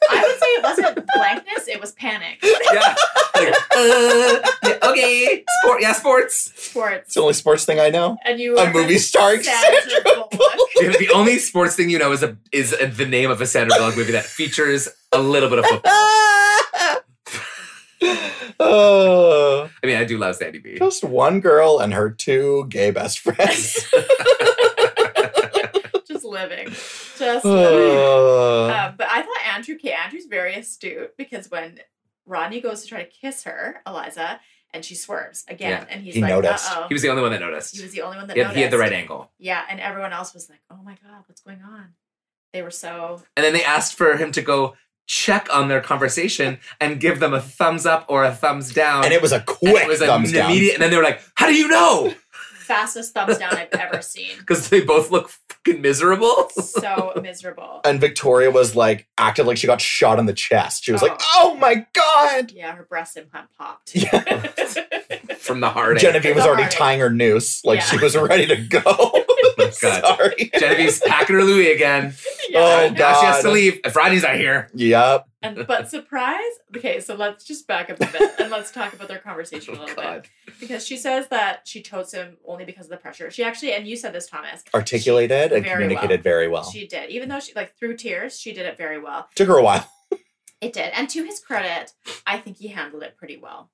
Speaker 3: I would say it wasn't blankness, it was panic.
Speaker 2: Yeah. Like, uh, yeah, okay. Sport. Yeah, sports.
Speaker 1: It's
Speaker 3: Sports.
Speaker 1: the only sports thing I know.
Speaker 3: And you
Speaker 1: A
Speaker 3: were
Speaker 1: movie starring
Speaker 3: Sandra
Speaker 1: Sandra
Speaker 3: Bullock.
Speaker 1: Bullock.
Speaker 2: The the only sports thing you know is a, is a, the name of a Sandra Bullock movie that features a little bit of football.
Speaker 1: oh,
Speaker 2: I mean, I do love Sandy B.
Speaker 1: just one girl and her two gay best friends.
Speaker 3: just living. Just living.
Speaker 2: Uh,
Speaker 1: Oh.
Speaker 3: Um, but I thought Andrew K. Andrew's very astute because when Rodney goes to try to kiss her, Eliza, and she swerves again, and he's
Speaker 1: He
Speaker 3: like,
Speaker 1: noticed.
Speaker 3: "Uh oh."
Speaker 2: He was the only one that noticed.
Speaker 3: He was the only one that
Speaker 2: He had,
Speaker 3: noticed.
Speaker 2: he had the right angle.
Speaker 3: Yeah, and everyone else was like, "Oh my god, what's going on?" They were so
Speaker 2: And then they asked for him to go check on their conversation and give them a thumbs up or a thumbs down.
Speaker 1: And it was a
Speaker 2: And
Speaker 1: quick thumbs down.
Speaker 2: immediate. And then they were like, "How do you know?"
Speaker 3: fastest thumbs down I've ever seen.
Speaker 2: Because they both look fucking miserable.
Speaker 3: So miserable.
Speaker 1: And Victoria was like, acted like she got shot in the chest. She was like, oh my God.
Speaker 3: Yeah, her breast implant popped.
Speaker 2: from the heart.
Speaker 1: Genevieve was already
Speaker 3: Sorry.
Speaker 1: tying her noose. Like
Speaker 3: Yeah.
Speaker 1: she was ready to go.
Speaker 2: Oh God.
Speaker 1: Sorry.
Speaker 2: Genevieve's packing her Louis again.
Speaker 1: Oh,
Speaker 3: yeah.
Speaker 2: Now she has to
Speaker 1: God.
Speaker 2: leave. If Rodney's not here,
Speaker 1: Yep.
Speaker 3: And, but surprise. Okay, so let's just back up a bit and let's talk about their
Speaker 1: Oh,
Speaker 3: conversation a little bit.
Speaker 2: God,
Speaker 3: because she says that she totes him only because of the pressure. She actually, and you said this, Thomas.
Speaker 1: Articulated and
Speaker 3: Very
Speaker 1: communicated
Speaker 3: well.
Speaker 1: very
Speaker 2: Oh.
Speaker 1: well.
Speaker 3: She did, even though she like through tears, she did it very well.
Speaker 1: Took her a while.
Speaker 3: It did, and to his credit, I think he handled it pretty well.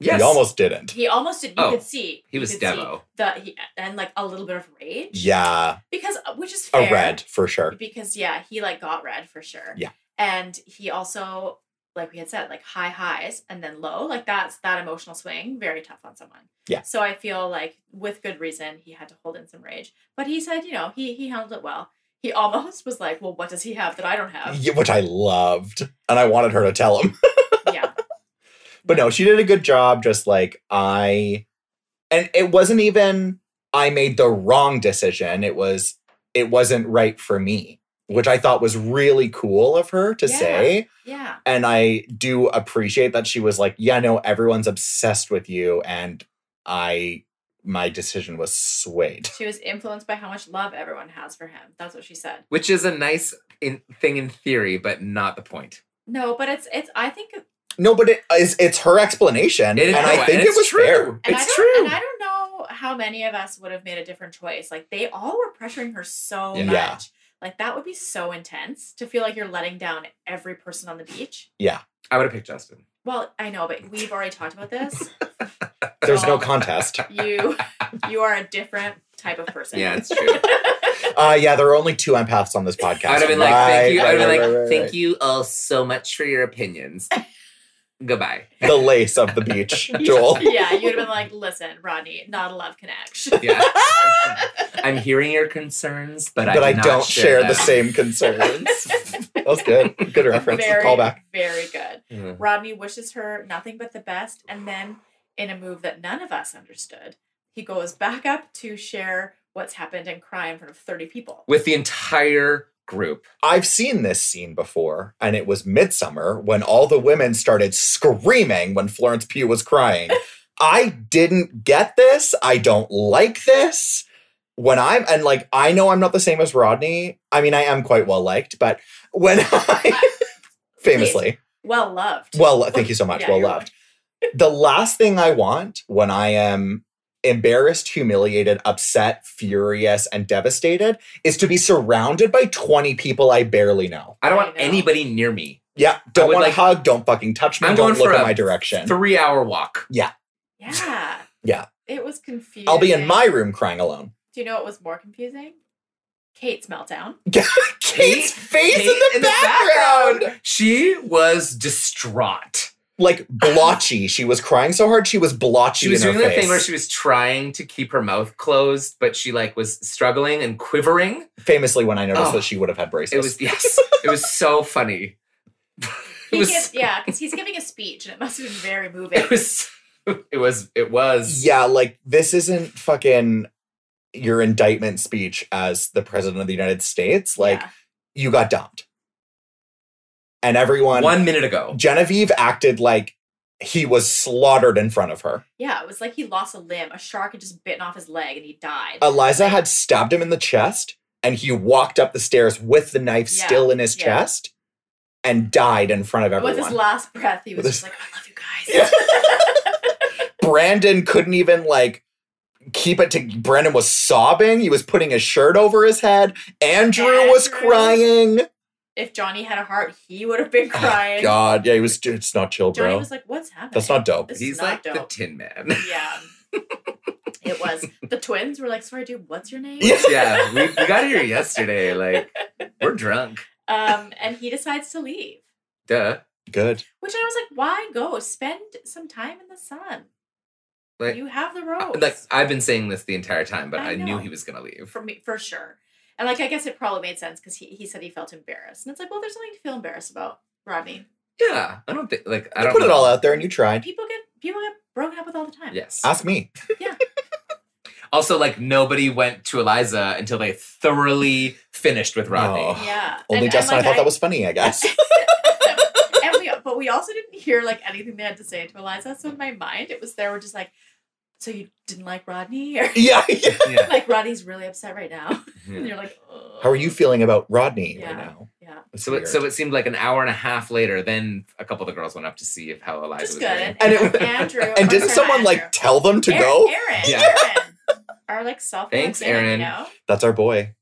Speaker 2: Yes.
Speaker 1: He almost didn't.
Speaker 3: He almost did. You
Speaker 2: Oh,
Speaker 3: could see
Speaker 2: he
Speaker 3: you
Speaker 2: was
Speaker 3: could
Speaker 2: Devo.
Speaker 3: see the he, and like a little bit of rage.
Speaker 1: Yeah.
Speaker 3: because which is
Speaker 1: A
Speaker 3: fair.
Speaker 1: red for sure.
Speaker 3: because yeah, he like got red for sure.
Speaker 1: Yeah.
Speaker 3: and he also like we had said like high highs and then low like that's that emotional swing very tough on someone.
Speaker 1: Yeah.
Speaker 3: So I feel like with good reason he had to hold in some rage, but he said you know he he handled it well. He almost was like, well, what does he have that I don't have?
Speaker 1: Yeah, which I loved. And I wanted her to tell him.
Speaker 3: yeah.
Speaker 1: But no, she did a good job. Just like I, and it wasn't even I made the wrong decision. It was it wasn't right for me, which I thought was really cool of her to
Speaker 3: Yeah.
Speaker 1: say.
Speaker 3: Yeah.
Speaker 1: And I do appreciate that she was like, yeah, no, everyone's obsessed with you, and I my decision was swayed.
Speaker 3: She was influenced by how much love everyone has for him. That's what she said.
Speaker 2: which is a nice in, thing in theory, but not the point.
Speaker 3: No, but it's it's I think
Speaker 1: No, but it is it's her explanation,
Speaker 2: It is-
Speaker 1: and
Speaker 2: no,
Speaker 1: I think
Speaker 2: it's
Speaker 1: it was
Speaker 2: true.
Speaker 1: fair.
Speaker 3: And I
Speaker 2: It's
Speaker 3: don't,
Speaker 2: true.
Speaker 3: And I don't know how many of us would have made a different choice. Like they all were pressuring her so
Speaker 1: Yeah. Yeah.
Speaker 3: much. Like that would be so intense to feel like you're letting down every person on the beach.
Speaker 2: I would have picked Justin.
Speaker 3: Well, I know, but we've already talked about this.
Speaker 1: There's no
Speaker 3: Well,
Speaker 1: contest.
Speaker 3: You you are a different type of person.
Speaker 2: Yeah, it's true.
Speaker 1: Uh, yeah, there are only two empaths on this podcast.
Speaker 2: I would have been like, thank you. I
Speaker 1: Right,
Speaker 2: would have
Speaker 1: right,
Speaker 2: been like,
Speaker 1: right, right,
Speaker 2: thank
Speaker 1: right.
Speaker 2: you all so much for your opinions. Goodbye.
Speaker 1: the lace of the beach, Joel.
Speaker 3: yeah, you would have been like, listen, Rodney, not a love connection.
Speaker 2: Yeah. I'm hearing your concerns, but,
Speaker 1: but
Speaker 2: do
Speaker 1: I
Speaker 2: not
Speaker 1: don't share the
Speaker 2: them.
Speaker 1: same concerns. that was good. Good reference.
Speaker 3: Very,
Speaker 1: Callback.
Speaker 3: very good.
Speaker 2: Mm.
Speaker 3: Rodney wishes her nothing but the best, and then, in a move that none of us understood, he goes back up to share what's happened and cry in front of 30 people.
Speaker 2: With the entire group.
Speaker 1: I've seen this scene before, and it was midsummer when all the women started screaming when Florence Pugh was crying. I didn't get this. I don't like this. when I'm and like I know I'm not the same as Rodney. I mean, I am quite well liked, but when I famously
Speaker 3: Well loved.
Speaker 1: well, thank you so much.
Speaker 3: Yeah,
Speaker 1: well
Speaker 3: you're
Speaker 1: loved. The last thing I want when I am embarrassed, humiliated, upset, furious, and devastated is to be surrounded by 20 people I barely know.
Speaker 2: I don't
Speaker 3: I
Speaker 2: want
Speaker 3: know.
Speaker 2: anybody near me.
Speaker 1: Yeah. Don't
Speaker 2: would
Speaker 1: want to
Speaker 2: like-
Speaker 1: hug. Don't fucking touch me.
Speaker 2: I'm
Speaker 1: don't
Speaker 2: going
Speaker 1: look
Speaker 2: for
Speaker 1: in
Speaker 2: a
Speaker 1: my direction.
Speaker 2: Three hour walk.
Speaker 3: Yeah.
Speaker 1: Yeah.
Speaker 3: It was confusing.
Speaker 1: I'll be in my room crying alone.
Speaker 3: Do you know what was more confusing? Kate's meltdown.
Speaker 1: Kate's face in, the,
Speaker 2: Kate
Speaker 1: background.
Speaker 2: She was distraught.
Speaker 1: Like blotchy. She was crying so hard she was blotchy
Speaker 2: She was
Speaker 1: in her
Speaker 2: doing that
Speaker 1: face.
Speaker 2: thing where she was trying to keep her mouth closed, but she like was struggling and quivering.
Speaker 1: Famously, when I noticed
Speaker 2: Oh.
Speaker 1: that she would have had braces.
Speaker 2: It was yes, it was so funny. It
Speaker 3: He
Speaker 2: was
Speaker 3: gives, yeah, because he's giving a speech and it must have been very moving.
Speaker 2: it was it was it was
Speaker 1: yeah, like this isn't fucking your indictment speech as the president of the United States. Like
Speaker 3: Yeah.
Speaker 1: you got dumped, and everyone.
Speaker 2: one minute ago.
Speaker 1: Genevieve acted like he was slaughtered in front of her.
Speaker 3: Yeah, it was like he lost a limb. A shark had just bitten off his leg and he died.
Speaker 1: Eliza had stabbed him in the chest, and he walked up the stairs with the knife
Speaker 3: Yeah,
Speaker 1: still in his
Speaker 3: yeah.
Speaker 1: chest, and died in front of
Speaker 3: With
Speaker 1: everyone.
Speaker 3: his last breath, he was
Speaker 1: With his-
Speaker 3: just like, I love you guys.
Speaker 1: Yeah. Brandon couldn't even like keep it to Brandon was sobbing. He was putting his shirt over his head. Andrew, was
Speaker 3: Andrew.
Speaker 1: crying.
Speaker 3: If Johnny had a heart, he would have been
Speaker 1: Oh,
Speaker 3: crying.
Speaker 1: God, yeah, he was it's not chill,
Speaker 3: Johnny
Speaker 1: bro.
Speaker 3: was like, What's happening?
Speaker 1: That's not dope.
Speaker 3: This is
Speaker 2: He's
Speaker 3: not
Speaker 2: like the
Speaker 3: dope.
Speaker 2: Tin Man.
Speaker 3: yeah. It was. The twins were like, Sorry, dude, what's your name?
Speaker 1: Yeah.
Speaker 2: yeah, we, we got here yesterday. Like we're drunk.
Speaker 3: Um, and he decides to leave.
Speaker 2: Duh.
Speaker 1: Good.
Speaker 3: Which I was like, why go? Spend some time in the sun.
Speaker 2: Like-
Speaker 3: you have the rose.
Speaker 2: Like I've been saying this the entire time, but
Speaker 3: I
Speaker 2: I,
Speaker 3: know.
Speaker 2: knew he was gonna leave.
Speaker 3: for me for sure. And like I guess it probably made sense because he, he said he felt embarrassed. And it's like, well, there's nothing to feel embarrassed about, Rodney.
Speaker 2: Yeah, I don't think like I
Speaker 1: You
Speaker 2: don't
Speaker 1: put it
Speaker 2: know.
Speaker 1: all out there and you tried.
Speaker 3: People get people get broken up with all the time.
Speaker 2: Yes.
Speaker 1: Ask me.
Speaker 2: Also, like nobody went to Eliza until they thoroughly finished with Rodney.
Speaker 1: Oh.
Speaker 3: Yeah.
Speaker 1: Only
Speaker 3: and,
Speaker 1: Justin,
Speaker 3: and,
Speaker 1: I thought
Speaker 3: like,
Speaker 1: that was funny, I guess.
Speaker 3: and we but we also didn't hear like anything they had to say to Eliza. So in my mind it was there were just like, so you didn't like Rodney? Or
Speaker 1: yeah, yeah.
Speaker 2: Yeah.
Speaker 3: like Rodney's really upset right now. and
Speaker 2: yeah.
Speaker 3: you're like,
Speaker 1: How are you feeling about Rodney
Speaker 3: Yeah.
Speaker 1: right now?
Speaker 3: Yeah.
Speaker 1: It's
Speaker 2: So it, so it seemed like an hour and a half later. Then a couple of the girls went up to see if how Eliza
Speaker 3: Just
Speaker 2: was
Speaker 3: good.
Speaker 2: doing.
Speaker 3: And,
Speaker 1: And it-
Speaker 3: Andrew.
Speaker 1: and
Speaker 3: or
Speaker 1: didn't
Speaker 3: sorry,
Speaker 1: someone
Speaker 3: Andrew.
Speaker 1: like tell them to
Speaker 3: Aaron,
Speaker 1: go?
Speaker 3: Aaron.
Speaker 2: Yeah.
Speaker 3: Aaron. Our like self.
Speaker 2: Thanks,
Speaker 3: You
Speaker 2: Aaron.
Speaker 3: know?
Speaker 1: That's our boy.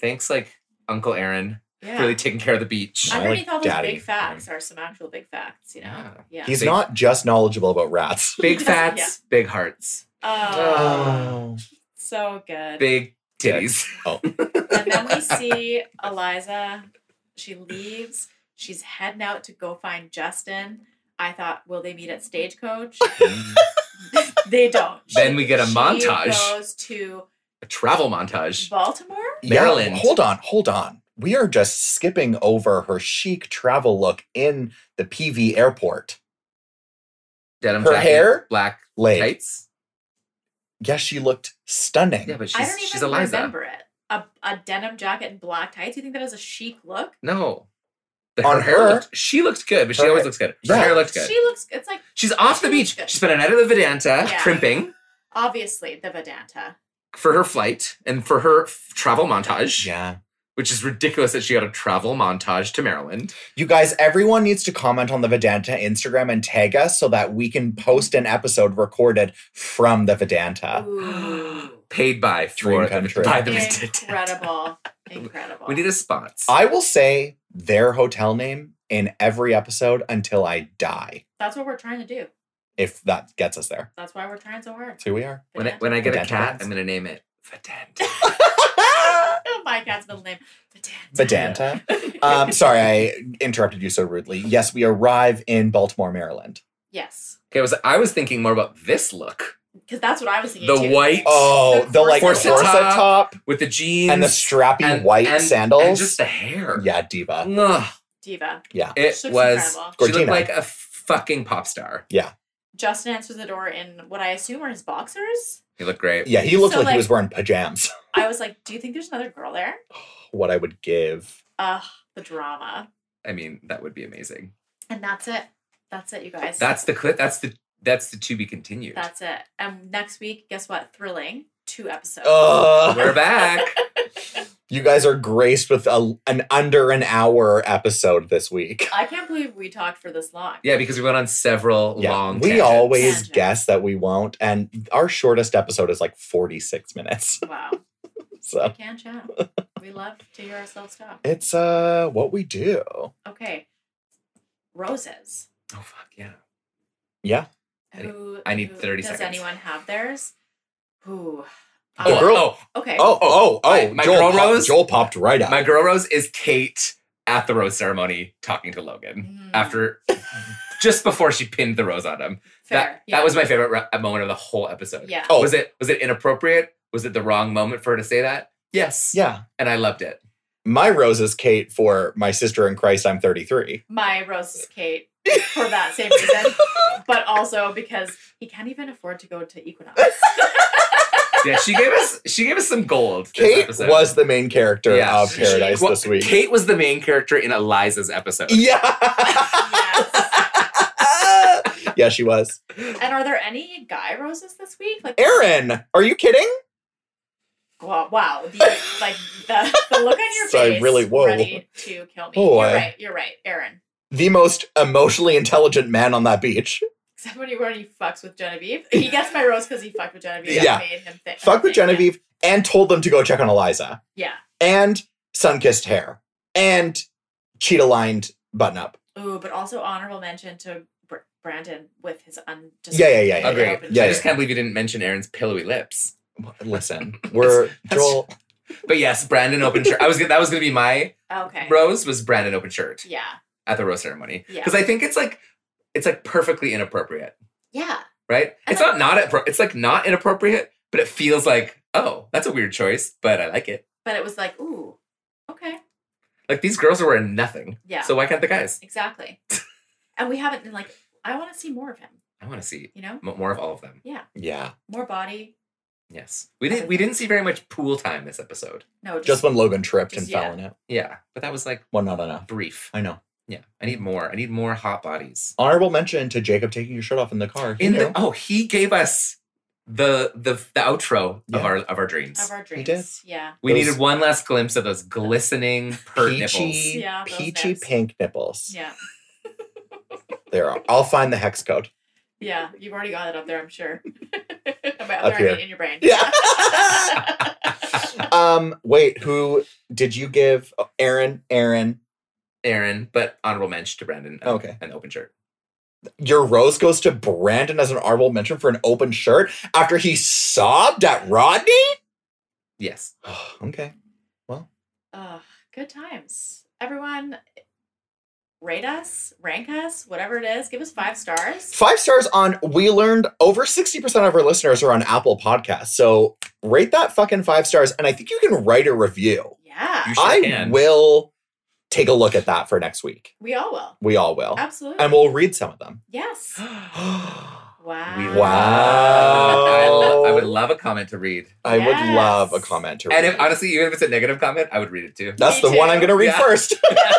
Speaker 2: Thanks, like Uncle Aaron,
Speaker 3: Yeah.
Speaker 2: really taking care of the beach.
Speaker 1: I like
Speaker 3: Underneath all those
Speaker 1: daddy.
Speaker 3: big facts are some actual big facts, you know?
Speaker 2: Yeah.
Speaker 3: Yeah.
Speaker 1: He's
Speaker 2: Big-
Speaker 1: not just knowledgeable about rats.
Speaker 2: Big
Speaker 3: Yeah.
Speaker 2: fats, big hearts,
Speaker 3: oh,
Speaker 2: Oh.
Speaker 3: so good.
Speaker 2: big titties.
Speaker 3: And then we see Eliza. She leaves. She's heading out to go find Justin. I thought, will they meet at Stagecoach? they don't.
Speaker 2: Then we get a
Speaker 3: she
Speaker 2: montage.
Speaker 3: goes to
Speaker 2: A travel montage.
Speaker 3: Baltimore.
Speaker 1: Yeah,
Speaker 2: Maryland.
Speaker 1: hold on, hold on. We are just skipping over her chic travel look in the PV airport.
Speaker 2: Denim
Speaker 1: Her
Speaker 2: jacket,
Speaker 1: hair?
Speaker 2: black
Speaker 1: Like,
Speaker 2: tights.
Speaker 1: yes, she looked stunning.
Speaker 2: Yeah, but
Speaker 3: I
Speaker 2: she's
Speaker 3: don't even
Speaker 2: she's Eliza.
Speaker 3: remember it. A, a denim jacket and black tights. You think that is a chic look?
Speaker 2: No. The-
Speaker 1: On her?
Speaker 2: looked, she looked good, but she
Speaker 1: Her
Speaker 2: always
Speaker 1: hair-
Speaker 2: looks good. Her
Speaker 1: Yeah.
Speaker 2: hair looked good.
Speaker 3: She looks. It's like
Speaker 2: She's off the
Speaker 3: She
Speaker 2: beach.
Speaker 3: looks good.
Speaker 2: She spent a night at the Vedanta,
Speaker 3: Yeah.
Speaker 2: crimping
Speaker 3: obviously the Vedanta.
Speaker 2: for her flight and for her f- travel montage,
Speaker 1: Yeah.
Speaker 2: which is ridiculous that she got a travel montage to Maryland.
Speaker 1: You guys, everyone needs to comment on the Vedanta Instagram and tag us so that we can post an episode recorded from the Vedanta.
Speaker 3: Ooh.
Speaker 2: Paid by
Speaker 1: Dream
Speaker 2: for
Speaker 1: come
Speaker 2: the,
Speaker 1: true.
Speaker 2: by the Vedanta.
Speaker 3: incredible. incredible.
Speaker 2: We need a sponsor.
Speaker 1: I will say their hotel name in every episode until I die,
Speaker 3: That's what we're trying to do.
Speaker 1: if that gets us there.
Speaker 3: That's why we're trying so hard.
Speaker 1: That's who we are.
Speaker 2: when I,
Speaker 3: Vedanta.
Speaker 2: when I get a
Speaker 1: Vedanta
Speaker 2: cat,
Speaker 1: brands.
Speaker 2: I'm gonna name it Vedanta.
Speaker 3: oh, my cat's middle name. Vedanta.
Speaker 1: Vedanta. um, sorry, I interrupted you so rudely. Yes, we arrive in Baltimore, Maryland.
Speaker 3: yes.
Speaker 2: okay, I was I was thinking more about this look,
Speaker 3: Because that's what I was thinking.
Speaker 2: the
Speaker 3: too.
Speaker 2: white
Speaker 1: Oh, the, like corset
Speaker 2: corset
Speaker 1: top,
Speaker 2: top with the jeans
Speaker 1: and the strappy
Speaker 2: and-
Speaker 1: white
Speaker 2: and-
Speaker 1: sandals.
Speaker 2: and just Mm. the hair.
Speaker 1: yeah, diva.
Speaker 2: Ugh.
Speaker 3: Diva.
Speaker 2: It
Speaker 3: She looks
Speaker 2: was.
Speaker 3: incredible.
Speaker 2: She
Speaker 1: Gorgina.
Speaker 2: looked like a fucking pop star.
Speaker 3: Justin answers the door in what I assume are his boxers.
Speaker 2: He looked great.
Speaker 1: Yeah, he looked
Speaker 3: So,
Speaker 1: like, he
Speaker 3: like-
Speaker 1: was wearing pajamas.
Speaker 3: I was like, do you think there's another girl there?
Speaker 1: what I would give.
Speaker 3: Ugh, the drama.
Speaker 2: I mean, that would be amazing.
Speaker 3: And that's it. That's it, you guys.
Speaker 2: That's the clip. That's the that's the to be continued.
Speaker 3: That's it. And next week, guess what? Thrilling. two episodes.
Speaker 2: We're
Speaker 1: Ugh.
Speaker 2: back.
Speaker 1: You guys are graced with a, an under an hour episode this week.
Speaker 3: I can't believe we talked for this long.
Speaker 2: yeah, because we went on several long.
Speaker 1: we
Speaker 2: tangents.
Speaker 1: always
Speaker 3: Tangents.
Speaker 1: guess that we won't, and our shortest episode is like forty six minutes.
Speaker 3: Wow. We
Speaker 1: So
Speaker 3: can chat. We love to hear ourselves talk.
Speaker 1: it's uh what we do.
Speaker 3: Okay. Roses.
Speaker 2: Oh fuck yeah! I need-
Speaker 3: Who
Speaker 2: I need
Speaker 3: who-
Speaker 2: 30
Speaker 3: Does
Speaker 2: seconds.
Speaker 3: anyone have theirs? Who?
Speaker 1: Oh, girl.
Speaker 3: Okay.
Speaker 1: Oh oh oh!
Speaker 2: My- my
Speaker 1: Joel,
Speaker 2: girl
Speaker 1: popped-
Speaker 2: rose?
Speaker 1: Joel popped right up.
Speaker 2: My girl rose is Kate at the rose ceremony talking to Logan
Speaker 3: Mm,
Speaker 2: after just before she pinned the rose on him.
Speaker 3: fair.
Speaker 2: That
Speaker 3: yeah.
Speaker 2: that was my favorite re- moment of the whole episode.
Speaker 3: Yeah.
Speaker 1: Oh.
Speaker 2: Was it was it inappropriate? Was it the wrong moment for her to say that? Yes.
Speaker 1: yeah,
Speaker 2: And I loved it.
Speaker 1: my rose is Kate for my sister in Christ. I'm thirty three.
Speaker 3: My rose is Kate for that same reason, but also because he can't even afford to go to Equinox.
Speaker 2: Yeah, she gave us she gave us some gold. this
Speaker 1: Kate
Speaker 2: episode.
Speaker 1: was the main character
Speaker 2: Yeah.
Speaker 1: of Paradise
Speaker 2: Well,
Speaker 1: this week.
Speaker 2: Kate was the main character in Eliza's episode.
Speaker 1: Yeah.
Speaker 3: yes.
Speaker 1: yeah, she was.
Speaker 3: And are there any guy roses this week? Like
Speaker 1: Aaron, are you kidding?
Speaker 3: Wow, wow. The, like the, the look on your
Speaker 1: Sorry,
Speaker 3: face,
Speaker 1: really, whoa.
Speaker 3: ready to kill me.
Speaker 1: Oh,
Speaker 3: you're
Speaker 1: I-
Speaker 3: right. You're right, Aaron.
Speaker 1: The most emotionally intelligent man on that beach.
Speaker 3: Except when he when he fucks with Genevieve, he gets my rose because he fucked with Genevieve.
Speaker 1: Yeah.
Speaker 3: and made him thi-
Speaker 1: Fuck with
Speaker 3: think that-
Speaker 1: Genevieve and told them to go check on Eliza
Speaker 3: Yeah.
Speaker 1: and sun kissed hair and cheetah lined button up.
Speaker 3: Ooh, but also honorable mention to Br- Brandon with his un.
Speaker 1: Yeah, yeah, yeah, yeah,
Speaker 2: Agreed.
Speaker 1: yeah.
Speaker 2: I
Speaker 1: Yeah,
Speaker 2: just can't believe you didn't mention Aaron's pillowy lips.
Speaker 1: Listen, we're
Speaker 2: that's-
Speaker 1: Joel.
Speaker 2: But yes, Brandon open shirt. I was gonna- that was gonna be my
Speaker 3: Okay.
Speaker 2: rose was Brandon open shirt
Speaker 3: Yeah.
Speaker 2: at the rose ceremony
Speaker 3: Yeah.
Speaker 2: because I think it's like it's like perfectly inappropriate,
Speaker 3: Yeah.
Speaker 2: right?
Speaker 3: And
Speaker 2: It's not not appro- it's like not inappropriate, but it feels like oh that's a weird choice, but I like it.
Speaker 3: But it was like, ooh, okay.
Speaker 2: Like these girls are wearing nothing,
Speaker 3: Yeah.
Speaker 2: so why can't the guys?
Speaker 3: exactly. and we haven't been like, I want to see more of him.
Speaker 2: I want to see
Speaker 3: You know,
Speaker 2: m- more of all of them.
Speaker 1: Yeah.
Speaker 3: more body.
Speaker 2: Yes, we didn't we didn't see very much pool time this episode.
Speaker 3: No, just,
Speaker 1: Just when Logan tripped
Speaker 3: Just-
Speaker 1: and
Speaker 3: yeah.
Speaker 1: fell in it.
Speaker 2: Yeah, but that was like
Speaker 1: Well, not enough.
Speaker 2: brief.
Speaker 1: I know.
Speaker 2: Yeah, I need more. I need more hot bodies.
Speaker 1: Honorable mention to Jacob taking your shirt off in the car. He
Speaker 2: In the
Speaker 1: knew.
Speaker 2: oh, he gave us the the the outro
Speaker 1: Yeah.
Speaker 2: of our of our dreams.
Speaker 3: of our
Speaker 1: He
Speaker 3: dreams.
Speaker 1: did.
Speaker 3: Yeah.
Speaker 2: we
Speaker 1: those-
Speaker 2: needed one last glimpse of those glistening pert nipples.
Speaker 1: peachy,
Speaker 3: Yeah, those
Speaker 1: peachy
Speaker 3: nips.
Speaker 1: pink nipples.
Speaker 3: Yeah.
Speaker 1: There are. I'll find the hex code.
Speaker 3: Yeah. You've already got it up there, I'm sure. up there,
Speaker 1: Up
Speaker 3: I mean,
Speaker 1: here.
Speaker 3: in your brain.
Speaker 1: Yeah. um. Wait. Who did you give? oh, Aaron. Aaron.
Speaker 2: Aaron, but honorable mention to Brandon. and-
Speaker 1: Okay.
Speaker 2: and open shirt.
Speaker 1: Your rose goes to Brandon as an honorable mention for an open shirt after he sobbed at Rodney.
Speaker 2: Yes,
Speaker 1: okay.
Speaker 3: Ugh, good times. Everyone, rate us, rank us, whatever it is. Give us five stars.
Speaker 1: Five stars on. We learned over sixty percent of our listeners are on Apple Podcasts. So rate that fucking five stars, and I think you can write a review.
Speaker 3: Yeah.
Speaker 2: You sure
Speaker 1: I
Speaker 2: can.
Speaker 1: will take a look at that for next week.
Speaker 3: We all will.
Speaker 1: We all will,
Speaker 3: Absolutely.
Speaker 1: and we'll read some of them.
Speaker 3: yes. Wow.
Speaker 2: We- I,
Speaker 1: Wow.
Speaker 2: lo- I would love a comment to read,
Speaker 1: I
Speaker 3: Yes.
Speaker 1: would love a comment to read.
Speaker 2: and if, honestly, even if it's a negative comment, I would read it too.
Speaker 1: That's
Speaker 3: Me
Speaker 1: the one
Speaker 3: too.
Speaker 1: I'm going to read
Speaker 2: Yeah.
Speaker 1: first.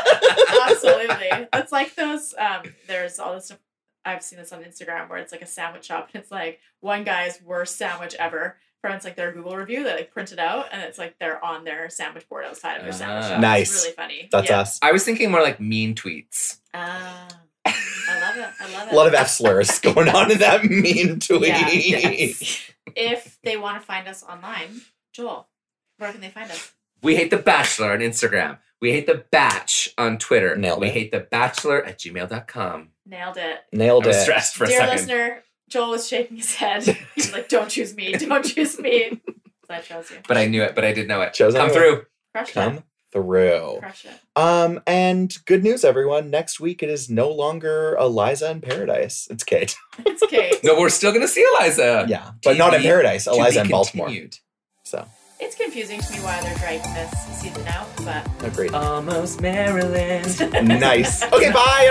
Speaker 3: Absolutely. It's like those, um, there's all this stuff. I've seen this on Instagram where it's like a sandwich shop and it's like one guy's worst sandwich ever. From it's like their Google review, they like print it out and it's like they're on their sandwich board outside of their sandwich
Speaker 2: Ah.
Speaker 3: shop.
Speaker 1: Nice.
Speaker 3: It's really funny.
Speaker 1: That's
Speaker 3: yeah.
Speaker 1: us.
Speaker 2: I was thinking more like mean tweets.
Speaker 3: Ah, I love it. I love it.
Speaker 1: A lot of F slurs going on in that mean tweet.
Speaker 3: Yeah. if they want to find us online, Joel, where can they find us?
Speaker 2: We hate The Bachelor on Instagram. We hate The Batch on Twitter.
Speaker 1: Nailed
Speaker 2: we
Speaker 1: it.
Speaker 2: hate The Bachelor at gmail.com.
Speaker 3: Nailed it.
Speaker 1: Nailed
Speaker 2: I was
Speaker 1: it.
Speaker 2: stressed for a
Speaker 3: Dear
Speaker 2: second.
Speaker 3: listener, Joel was shaking his head. He's like, don't choose me. Don't choose me. So I chose you.
Speaker 2: But I knew it, but I did know it.
Speaker 1: Chose
Speaker 2: Come
Speaker 1: anyway.
Speaker 2: through.
Speaker 3: Crush it.
Speaker 1: Come through.
Speaker 3: Crush it.
Speaker 1: Um, and good news, everyone. Next week, it is no longer Eliza in paradise. It's Kate.
Speaker 3: It's Kate.
Speaker 2: No, we're still gonna see Eliza.
Speaker 1: Yeah, but not in
Speaker 2: be-
Speaker 1: paradise.
Speaker 2: Uh, To be
Speaker 1: Eliza in Baltimore.
Speaker 2: continued.
Speaker 1: So
Speaker 3: It's confusing to me why they're dragging this season out, but
Speaker 1: agreed.
Speaker 2: Almost Maryland.
Speaker 1: nice. Okay, bye,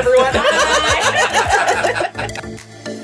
Speaker 1: everyone.
Speaker 3: bye.